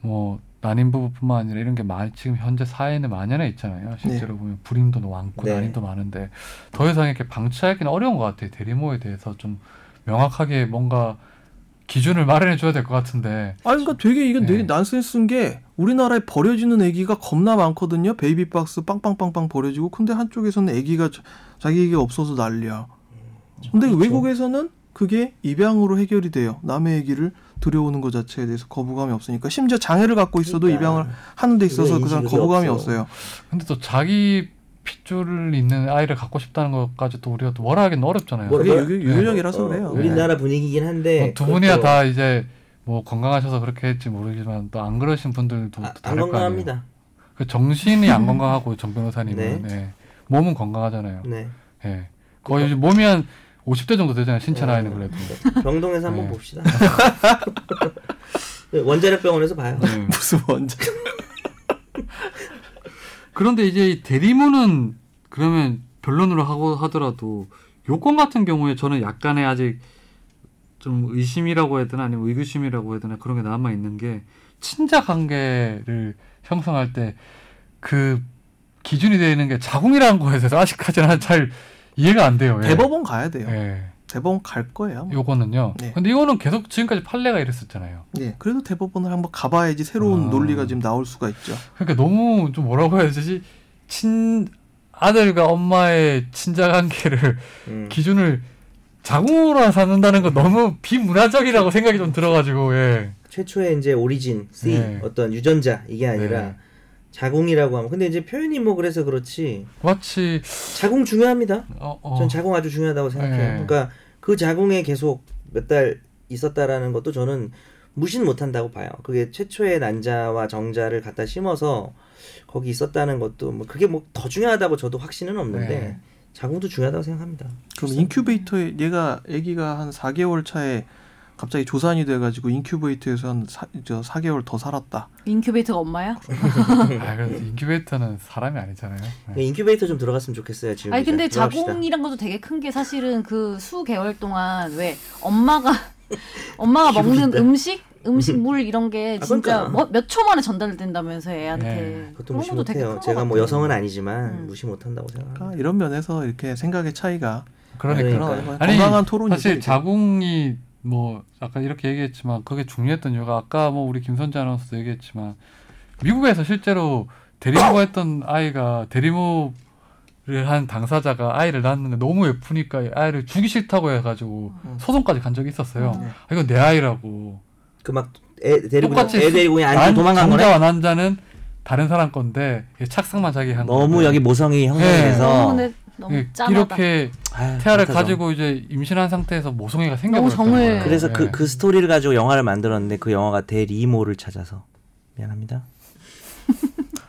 S1: 뭐 난임 부부뿐만 아니라 이런 게 많이 지금 현재 사회는 만연해 있잖아요. 실제로 보면 불임도 많고
S5: 네.
S1: 난임도 많은데 더 이상 이렇게 방치하기는 어려운 것 같아요. 대리모에 대해서 좀 명확하게 뭔가 기준을 마련해 줘야 될 것 같은데
S3: 아 그러니까 되게 이건 되게
S1: 네.
S3: 난센스인 게 우리나라에 버려지는 애기가 겁나 많거든요. 베이비 박스 빵빵빵빵 버려지고 근데 한쪽에서는 애기가 자- 자기 애기가 없어서 난리야. 근데
S5: 그렇죠.
S3: 외국에서는 그게 입양으로 해결이 돼요. 남의 애기를 들여오는 것 자체에 대해서 거부감이 없으니까 심지어 장애를 갖고 있어도
S5: 그러니까.
S3: 입양을 하는 데 있어서
S5: 그게
S3: 그 사람
S5: 인식이
S3: 거부감이
S5: 없어.
S3: 없어요.
S1: 근데 또 자기 핏줄을 있는 아이를 갖고 싶다는 것까지 또 우리가 또 월화하기는 어렵잖아요.
S5: 월-
S3: 그게
S5: 네. 어,
S3: 유교, 유교적이라서 그래요. 네.
S5: 우리나라 분위기긴 한데
S1: 어, 네. 뭐두 분이야
S5: 네, 그것도
S1: 다 이제 뭐 건강하셔서 그렇게 했지 모르지만 또 안 그러신 분들도
S5: 아,
S1: 또
S5: 안
S1: 다를 거 아니에요.
S5: 건강합니다.
S1: 그 정신이 안 건강하고 정 변호사님은
S5: 네.
S1: 예. 몸은 건강하잖아요.
S5: 네.
S1: 예. 거의 이제 몸이 한 50대 정도 되잖아요. 신체
S5: 그렇죠. 네.
S1: 나이는 그래도.
S5: 병동에서 한번
S1: 네.
S5: 봅시다. 네, 원자력 병원에서 봐요.
S1: 예.
S3: 무슨 원자.
S1: 그런데 이제 이 대리모는 그러면 변론으로 하고 하더라도 요건 같은 경우에 저는 약간의 아직 좀 의심이라고 해야 되나 아니면 의구심이라고 해야 되나 그런 게 남아 있는 게 친자 관계를 형성할 때 그 기준이 되는 게 자궁이라는 거에 대해서 아직까지는 잘 이해가 안
S5: 네.
S1: 돼요. 예.
S3: 대법원 가야 돼요.
S1: 예.
S3: 대법원 갈 거예요. 아마.
S1: 요거는요.
S3: 네.
S1: 근데 이거는 계속 지금까지 판례가 이랬었잖아요.
S3: 예. 그래도 대법원을 한번 가봐야지 새로운
S1: 아.
S3: 논리가 지금 나올 수가 있죠.
S1: 그러니까 너무 좀 뭐라고 해야 되지? 친 아들과 엄마의 친자 관계를
S5: 음.
S1: 기준을 자궁으로 삼는다는 건 너무 비문화적이라고 생각이 좀 들어가지고 예.
S5: 최초의 이제 오리진, C
S1: 네.
S5: 어떤 유전자 이게 아니라
S1: 네.
S5: 자궁이라고 하면 근데 이제 표현이 뭐 그래서 그렇지
S1: 마치
S5: 자궁 중요합니다.
S1: 어, 어.
S5: 전 자궁 아주 중요하다고 생각해요.
S1: 네.
S5: 그러니까 그 자궁에 계속 몇 달 있었다라는 것도 저는 무신 못한다고 봐요. 그게 최초의 난자와 정자를 갖다 심어서 거기 있었다는 것도 뭐 그게 뭐 더 중요하다고 저도 확신은 없는데
S1: 네.
S5: 자궁도 중요하다고 생각합니다.
S3: 그럼 인큐베이터에 얘가 아기가 한 4개월 차에 갑자기 조산이 돼가지고 인큐베이터에서 한 사, 저 4개월 더 살았다.
S6: 인큐베이터가 엄마야?
S1: 아, 그래도 인큐베이터는 사람이 아니잖아요. 예.
S5: 인큐베이터 좀 들어갔으면 좋겠어요 지금.
S6: 아니
S5: 이제.
S6: 근데
S5: 들어갑시다.
S6: 자궁이란 것도 되게 큰 게 사실은 그 수 개월 동안 왜 엄마가 엄마가 먹는
S5: 기분이다.
S6: 음식 음식 물 이런 게
S5: 아,
S6: 진짜 어?
S5: 그러니까.
S6: 몇 초 만에 전달된다면서 애한테
S1: 네,
S5: 그것도
S6: 그런
S5: 무시
S6: 것도 되게
S5: 못해요.
S6: 큰거
S5: 제가 뭐
S6: 같아요.
S5: 여성은 아니지만
S6: 음.
S5: 무시 못한다고 생각합니다.
S3: 그러니까 이런 면에서 이렇게 생각의 차이가
S1: 그러니까
S5: 그러니까요.
S3: 일어나는 거예요.
S1: 아니,
S3: 건강한 토론이죠.
S1: 사실
S3: 이게.
S1: 자궁이 뭐 아까 이렇게 얘기했지만 그게 중요했던 이유가 아까 뭐 우리 김선재 아나운서도 얘기했지만 미국에서 실제로 대리모 했던 아이가 대리모 한 당사자가 아이를 낳았는데 너무 예쁘니까 이 아이를 주기 싫다고 해가지고 소송까지 간 적이 있었어요. 아, 이건 내 아이라고.
S5: 그막 애 데리고
S1: 똑같이
S5: 애 데리고 그냥 안
S1: 난
S5: 도망간 거네.
S1: 정자와 난자는 다른 사람 건데 이게 착상만 자기 네. 한
S5: 너무
S1: 건데.
S5: 여기 모성이
S6: 네. 너무
S5: 형성돼서
S6: 근데 너무
S1: 예,
S6: 짠하다.
S1: 이렇게
S5: 아유,
S1: 태아를
S5: 못하죠.
S1: 가지고 이제 임신한 상태에서 모성애가 생겨
S6: 너무 정을-
S5: 그래서
S1: 네,
S5: 그 그 스토리를 가지고 영화를 만들었는데 그 영화가 대리모를 찾아서 미안합니다.
S3: 네,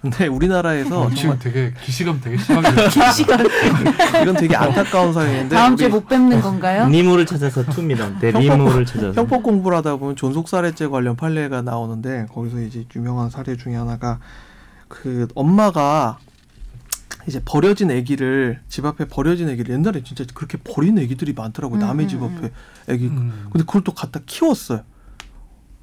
S4: 근데 우리나라에서
S1: 어, 지금 되게 기시감 되게 심하게
S4: 이건 되게 안타까운 사연인데
S6: 다음 주에
S4: 우리
S6: 못 뵙는 건가요?
S5: 니모를 찾아서 투입니다. 대리모를 찾아서.
S4: 형법
S3: 공부를 하다 보면 존속 살해죄 관련 판례가 나오는데 거기서 이제 유명한 사례 중에 하나가 그 엄마가 이제 버려진 아기를 집 앞에 버려진 아기를 옛날에 진짜 그렇게 버린 아기들이 많더라고요. 남의 집 앞에 아기.
S1: 음.
S3: 근데 그걸 또 갖다 키웠어요.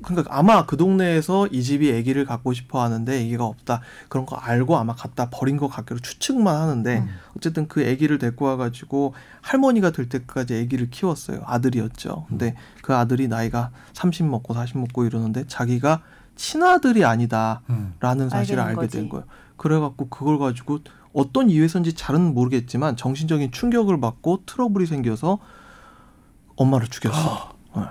S3: 그러니까 아마 그 동네에서 이 집이 아기를 갖고 싶어 하는데 아기가 없다. 그런 거 알고 아마 갖다 버린 것 같기로 추측만 하는데 어쨌든 그 아기를 데리고 와가지고 할머니가 될 때까지 아기를 키웠어요. 아들이었죠. 근데 그 아들이 나이가 30 먹고 40 먹고 이러는데 자기가 친아들이 아니다.
S1: 음.
S3: 라는 사실을
S6: 알게 된
S3: 알게 된
S6: 거지.
S3: 거예요. 그래갖고 그걸 가지고 어떤 이유에서인지 잘은 모르겠지만 정신적인 충격을 받고 트러블이 생겨서 엄마를 죽였어.
S1: 아.
S3: 네.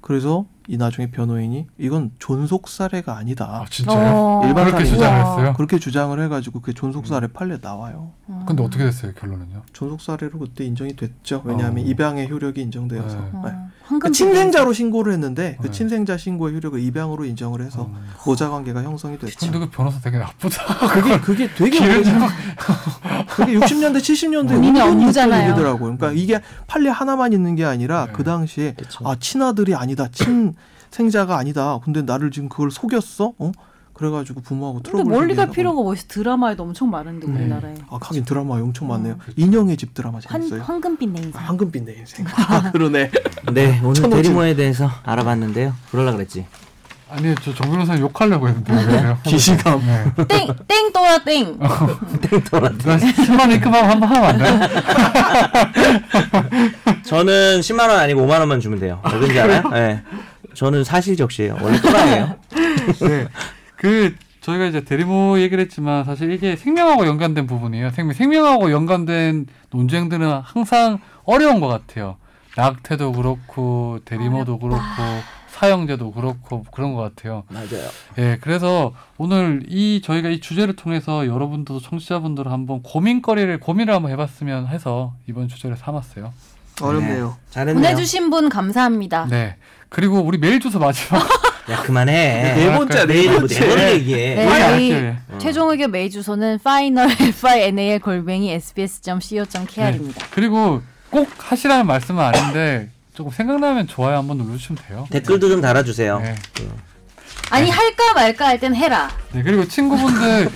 S3: 그래서 이 나중에 변호인이 이건 존속 살해가 아니다.
S1: 아
S6: 어.
S1: 진짜요?
S3: 일반
S1: 그렇게
S3: 살인이다.
S1: 주장을 했어요?
S5: 그렇죠.
S3: 그렇게 주장을 해가지고 그게
S1: 음.
S3: 존속 살해 판례 나와요.
S1: 근데 어떻게 됐어요 결론은요?
S3: 존속 살해로 그때 인정이 됐죠. 왜냐하면
S1: 어.
S3: 입양의 효력이 인정되어서.
S1: 네.
S3: 네.
S6: 아, 황금
S3: 그 침생자로 신고를 했는데 그
S1: 네.
S3: 침생자 신고의 효력을 입양으로 인정을 해서
S1: 어.
S3: 모자 관계가 형성이 됐죠.
S1: 근데 그 변호사 되게 나쁘다.
S3: 그게 그게 되게
S1: 길을
S3: 오래된 그게 60년대 70년대
S6: 본인의 업무잖아요.
S3: 얘기더라고요. 그러니까 이게 판례 하나만 있는 게 아니라
S1: 네.
S3: 그 당시에
S5: 그쵸.
S3: 아 친아들이 아니다 친생자가 아니다. 근데 나를 지금 그걸 속였어? 어? 그래가지고 부모하고
S6: 근데
S3: 트러블.
S6: 멀리 갈
S3: 생기다가
S6: 필요가 뭐있어 드라마에도 엄청 많은데
S1: 네.
S6: 우리나라에
S3: 아 하긴 드라마 엄청 많네요. 인형의 집 드라마
S6: 음. 환,
S3: 재밌어요.
S6: 황금빛 내
S3: 아,
S6: 인생
S3: 황금빛 내 인생. 아, 그러네.
S5: 네 오늘
S3: 천호진.
S5: 대리모에 대해서 알아봤는데요. 그러려 그랬지.
S1: 아니 저 정 변호사님 욕하려고 했는데 왜요?
S3: 기시감.
S1: 네.
S6: 땡땡 또야 땡
S5: 아,
S1: 나 10만 이크만 한번 하면 안 돼요?
S5: 저는 10만 원 아니고 5만 원만 주면 돼요. 왜 그런지 알아요? 네. 저는 사실 적시예요. 원래 또라이예요.
S1: 네. 그 저희가 이제 대리모 얘기를 했지만 사실 이게 생명하고 연관된 부분이에요. 생명 생명하고 연관된 논쟁들은 항상 어려운 것 같아요. 낙태도 그렇고 대리모도 그렇고 사형제도 그렇고 그런 것 같아요.
S5: 맞아요.
S1: 예, 그래서 오늘 이 저희가 이 주제를 통해서 여러분들도 청취자분들 한번 고민거리를 고민을 한번 해봤으면 해서 이번 주제를 삼았어요.
S3: 어렵네요.
S5: 잘했네요.
S6: 보내주신 분 감사합니다
S1: 네. 그리고 우리 메일 주소 마지막
S5: 야 그만해.
S1: 네 번째,
S5: 내일 뭐 내일
S6: 네,
S5: 얘기해.
S1: 네,
S6: 저희
S1: 알았어요.
S6: 최종 의견 메일 주소는 final final 골뱅이 sbs.co.kr입니다.
S1: 네. 그리고 꼭 하시라는 말씀은 아닌데 조금 생각나면 좋아요 한번 눌러주시면 돼요.
S5: 댓글도 좀 달아주세요.
S1: 네.
S5: 네.
S6: 아니 할까 말까 할 땐 해라.
S1: 네, 그리고 친구분들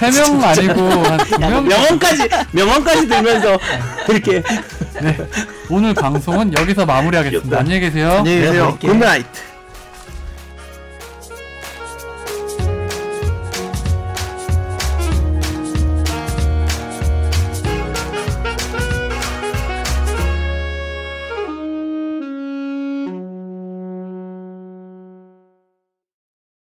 S1: 세 명 아니고
S5: 야,
S1: 한두명
S5: 명언까지 명언까지 들면서 이렇게
S1: 오늘 방송은 여기서 마무리하겠습니다. 안녕히 계세요.
S3: 안녕히 계세요.
S5: 그래볼게.
S3: 굿나잇.